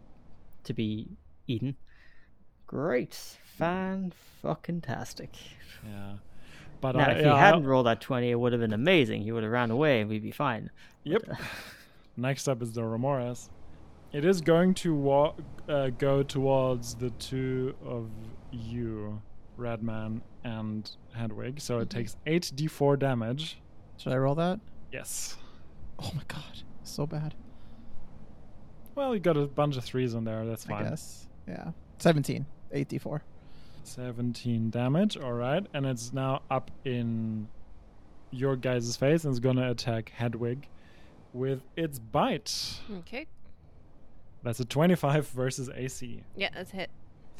C: to be eaten. Great. Fan fucking tastic.
A: Yeah. But
C: Now,
A: I,
C: if he
A: yeah, I-
C: hadn't rolled that 20, it would have been amazing. He would have ran away and we'd be fine.
A: Yep. Next up is the Remoras. It is going to wa- uh, go towards the two of you, Radman and Hedwig. So
C: Mm-hmm.
A: it takes 8d4 damage.
B: Should I roll that?
A: Yes.
B: Oh my god, so bad.
A: Well, you got a bunch of threes on there. That's
B: I
A: fine.
B: guess. Yeah. 17. 8d4.
A: 17 damage. All right. And it's now up in your guys' face and it's going to attack Hedwig with its bite.
D: okay.
A: That's a 25 [LAUGHS] versus AC.
D: Yeah, that's a hit.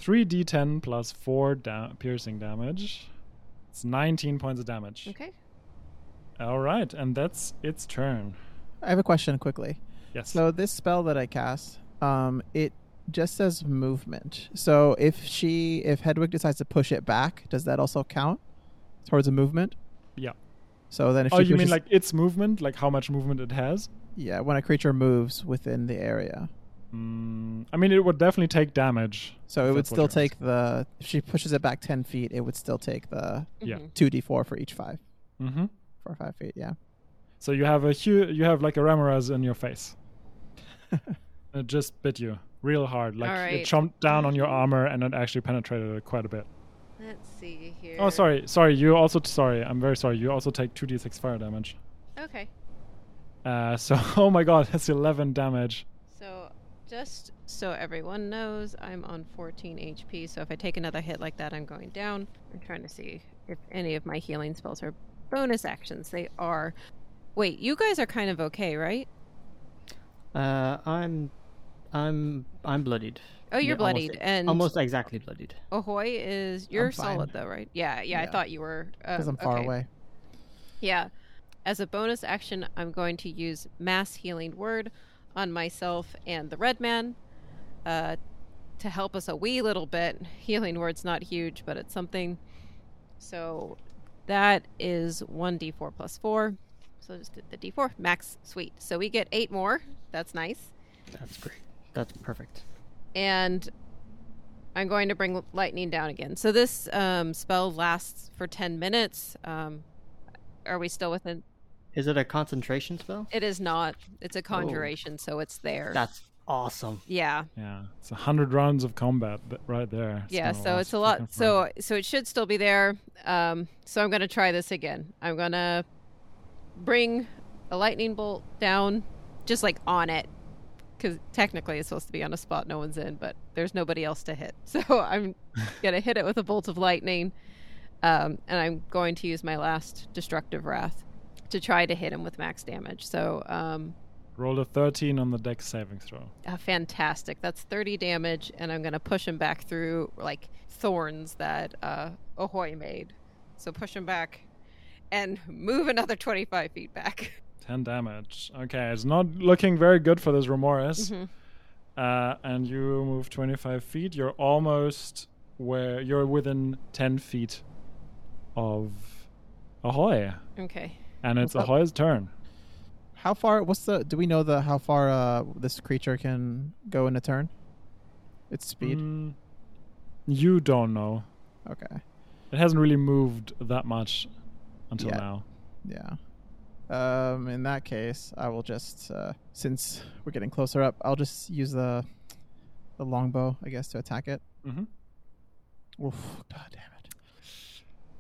A: 3d10 plus 4 da- piercing damage. It's 19 points of damage.
D: Okay.
A: All right, and that's its turn.
B: I have a question quickly.
A: Yes.
B: So this spell that I cast, um, it just says movement. So if she, if Hedwig decides to push it back, does that also count towards a movement?
A: yeah.
B: So then, if
A: Oh, you
B: she
A: mean
B: pushes-
A: like its movement, like how much movement it has?
B: yeah, when a creature moves within the area,
A: Mm, I mean, it would definitely take damage.
B: so
A: if
B: it would
A: that's what
B: still
A: you're
B: take the. If she pushes it back ten feet, it would still take the
A: Yeah.
D: Mhm.
B: two d four for each five,
A: asking. Mhm.
B: four or five feet. Yeah.
A: So you have a hu- you have like a ramoraz in your face. it just bit you real hard. Like
D: right.
A: it chomped down on your
D: Mm-hmm.
A: armor and it actually penetrated it quite a bit.
B: Mm-hmm.
D: Let's see here.
A: Oh, sorry, sorry. You also sorry. I'm very sorry. You also take two d6 fire damage.
D: Okay.
A: Uh, [LAUGHS] so oh my god, that's 11 damage.
D: So, just so everyone knows, I'm on 14 HP. So, if I take another hit like that, I'm going down. I'm trying to see if any of my healing spells are bonus actions. They are. Wait, you guys are kind of okay, right?
C: Uh, I'm. I'm I'm bloodied.
D: Oh,
C: Yeah,
D: you're
C: almost- e-
D: bloodied, and-
C: almost exactly bloodied.
D: Ahoy is. You're
B: I'm fine.
D: solid, though, right? Yeah, yeah, I
B: Yeah.
D: thought you were. uh,
B: Because I'm far
D: okay.
B: away.
D: Yeah. As a bonus action, I'm going to use mass healing word on myself and the red man uh, to help us a wee little bit. [LAUGHS] Healing word's not huge, but it's something. So that is 1d4 plus 4. So just did the d4 max sweet. So we get 8 more. That's nice.
C: That's great. That's perfect.
D: And I'm going to bring lightning down again. So this um, spell lasts for 10 minutes. Um, are we still within
C: Is it a concentration spell?
D: It is not. It's a conjuration, so it's there.
C: That's awesome.
D: yeah,
A: Yeah, it's a hundred rounds of combat th- right there.
D: yeah.
A: gonna
D: So
A: last
D: it's a
A: fucking
D: lot.
A: forever.
D: So so it should still be there. Um, so I'm gonna try this again. I'm gonna bring a lightning bolt down, just like on it, because technically it's supposed to be on a spot no one's in, but there's nobody else to hit. [LAUGHS] So I'm gonna hit it with a bolt of lightning, um, and I'm going to use my last destructive wrath to try to hit him with max damage. So um,
A: Roll a 13 on the deck saving throw.
D: Ah, fantastic. That's 30 damage, and I'm going to push him back through like thorns that uh, Ahoy made. So push him back and move another 25 feet back. [LAUGHS]
A: 10 damage. Okay, it's not looking very good for this Remoras.
B: Mm-hmm.
D: Mhm.
A: Uh, and you move 25 feet. You're almost where you're within 10 feet of Ahoy.
D: Okay.
A: And it's
B: What's up?
A: Ahoy's turn.
B: How far? What's the? Do we know the how far uh, this creature can go in a turn? Its speed.
A: Mm, you don't know.
B: Okay.
A: It hasn't really moved that much until
B: Yeah.
A: now.
B: Yeah. Um, in that case, I will just uh, since we're getting closer up, I'll just use the the longbow, I guess, to attack it.
A: Mhm.
B: Oof! God damn it!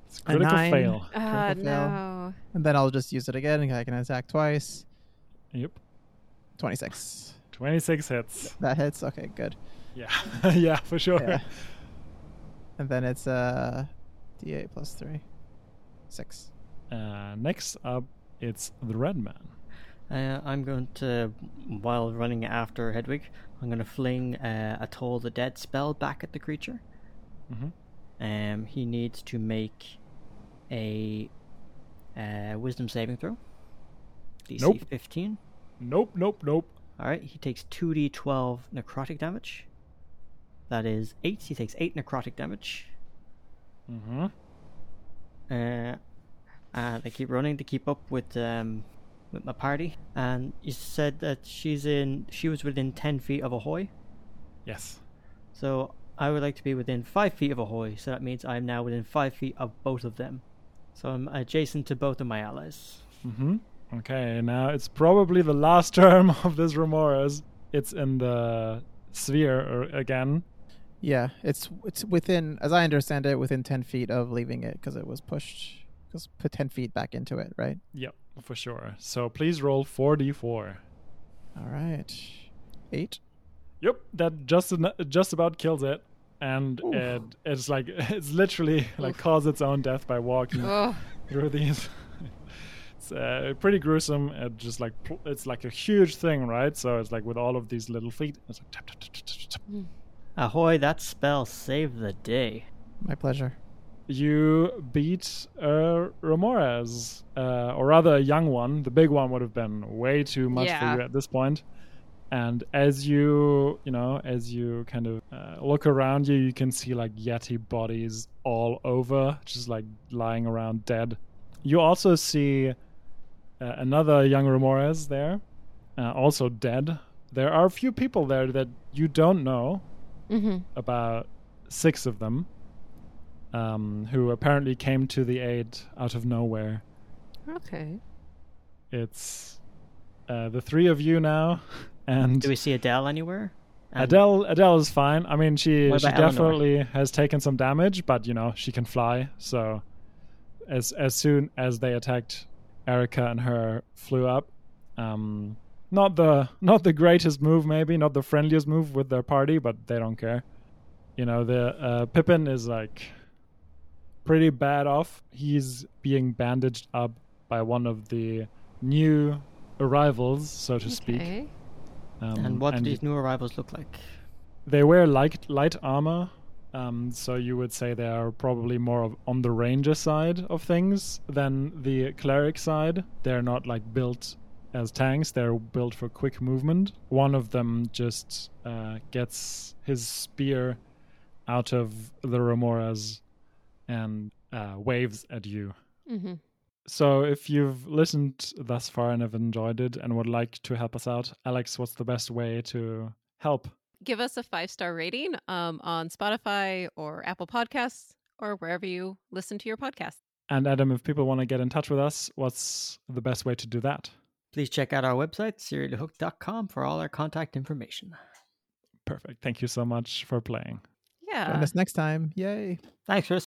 A: It's critical
B: nine.
A: fail.
D: Ah,
B: Critical fail.
D: no.
B: And then I'll just use it again. and I can attack twice.
A: Yep.
B: Twenty six.
A: 26 hits.
B: That hits. Okay, good.
A: Yeah. yeah, [LAUGHS] for sure.
B: Yeah. And then it's uh, D eight plus three, six.
A: Uh, next up, it's the red man.
C: Uh, I'm going to, while running after Hedwig, I'm going to fling uh, a Toll the Dead spell back at the creature.
A: Mhm.
C: Um, he needs to make a uh, Wisdom saving throw. DC
A: Nope.
C: 15.
A: Nope, nope, nope.
C: All right, he takes 2d12 necrotic damage. That is 8. He takes 8 necrotic damage.
A: Mm-hmm.
C: Uh, and I keep running to keep up with um with my party. And you said that she's in she was within 10 feet of Ahoy.
A: Yes.
C: So I would like to be within 5 feet of Ahoy. So that means I'm now within 5 feet of both of them. So I'm adjacent to both of my allies.
A: Mm-hmm. Okay, now it's probably the last [LAUGHS] term of this Remoras. It's in the sphere or- again.
B: Yeah, it's it's within, as I understand it, within ten feet of leaving it because it was pushed, because put ten feet back into it, right?
A: Yep, for sure. So please roll 4d4.
B: All right, eight.
A: Yep, that just en- just about kills it, and
B: Oof.
A: it, it's like [LAUGHS] it's literally like causes its own death by walking
D: Oh,
A: through these. [LAUGHS] it's uh, pretty gruesome. It just like pl- it's like a huge thing, right? So it's like with all of these little feet, it's like tap tap tap tap tap. tap.
C: Ahoy, that spell saved the day.
B: My pleasure.
A: You beat uh, Ramoras, uh, or rather a young one. The big one would have been way too much
D: Yeah.
A: for you at this point. And as you, you know, as you kind of uh, look around you, you can see like Yeti bodies all over, just like lying around dead. You also see uh, another young Ramoras there, uh, also dead. There are a few people there that you don't know
D: Mhm.
A: Mm-hmm. about six of them, um, who apparently came to the aid out of nowhere.
D: okay.
A: It's uh, the three of you now, [LAUGHS] and
C: Do we see Adele anywhere? And-
A: Adele. Adele is fine. I mean, she
C: What
A: she
C: about Eleanor?
A: definitely has taken some damage, but you know she can fly. So as as soon as they attacked, Erica and her flew up. Um, not the not the greatest move, maybe not the friendliest move with their party, but they don't care. You know, the uh, Pippin is like pretty bad off. He's being bandaged up by one of the new arrivals, so to speak.
D: Okay.
A: Um,
C: and what do
A: you-
C: these new arrivals look like?
A: they wear light light armor, um, so you would say they are probably more of, on the ranger side of things than the cleric side. They're not like built as tanks; they're built for quick movement. One of them just uh, gets his spear out of the remoras and uh, waves at you.
D: Mm-hmm.
A: So, if you've listened thus far and have enjoyed it and would like to help us out, Alex, what's the best way to help?
D: Give us a five star rating um, on Spotify or Apple Podcasts or wherever you listen to your podcast.
A: And Adam, if people want to get in touch with us, what's the best way to do that?
C: Please check out our website, seriallyhook.com, for all our contact information.
A: Perfect. Thank you so much for playing.
D: Yeah.
B: Join us next time. Yay.
C: Thanks for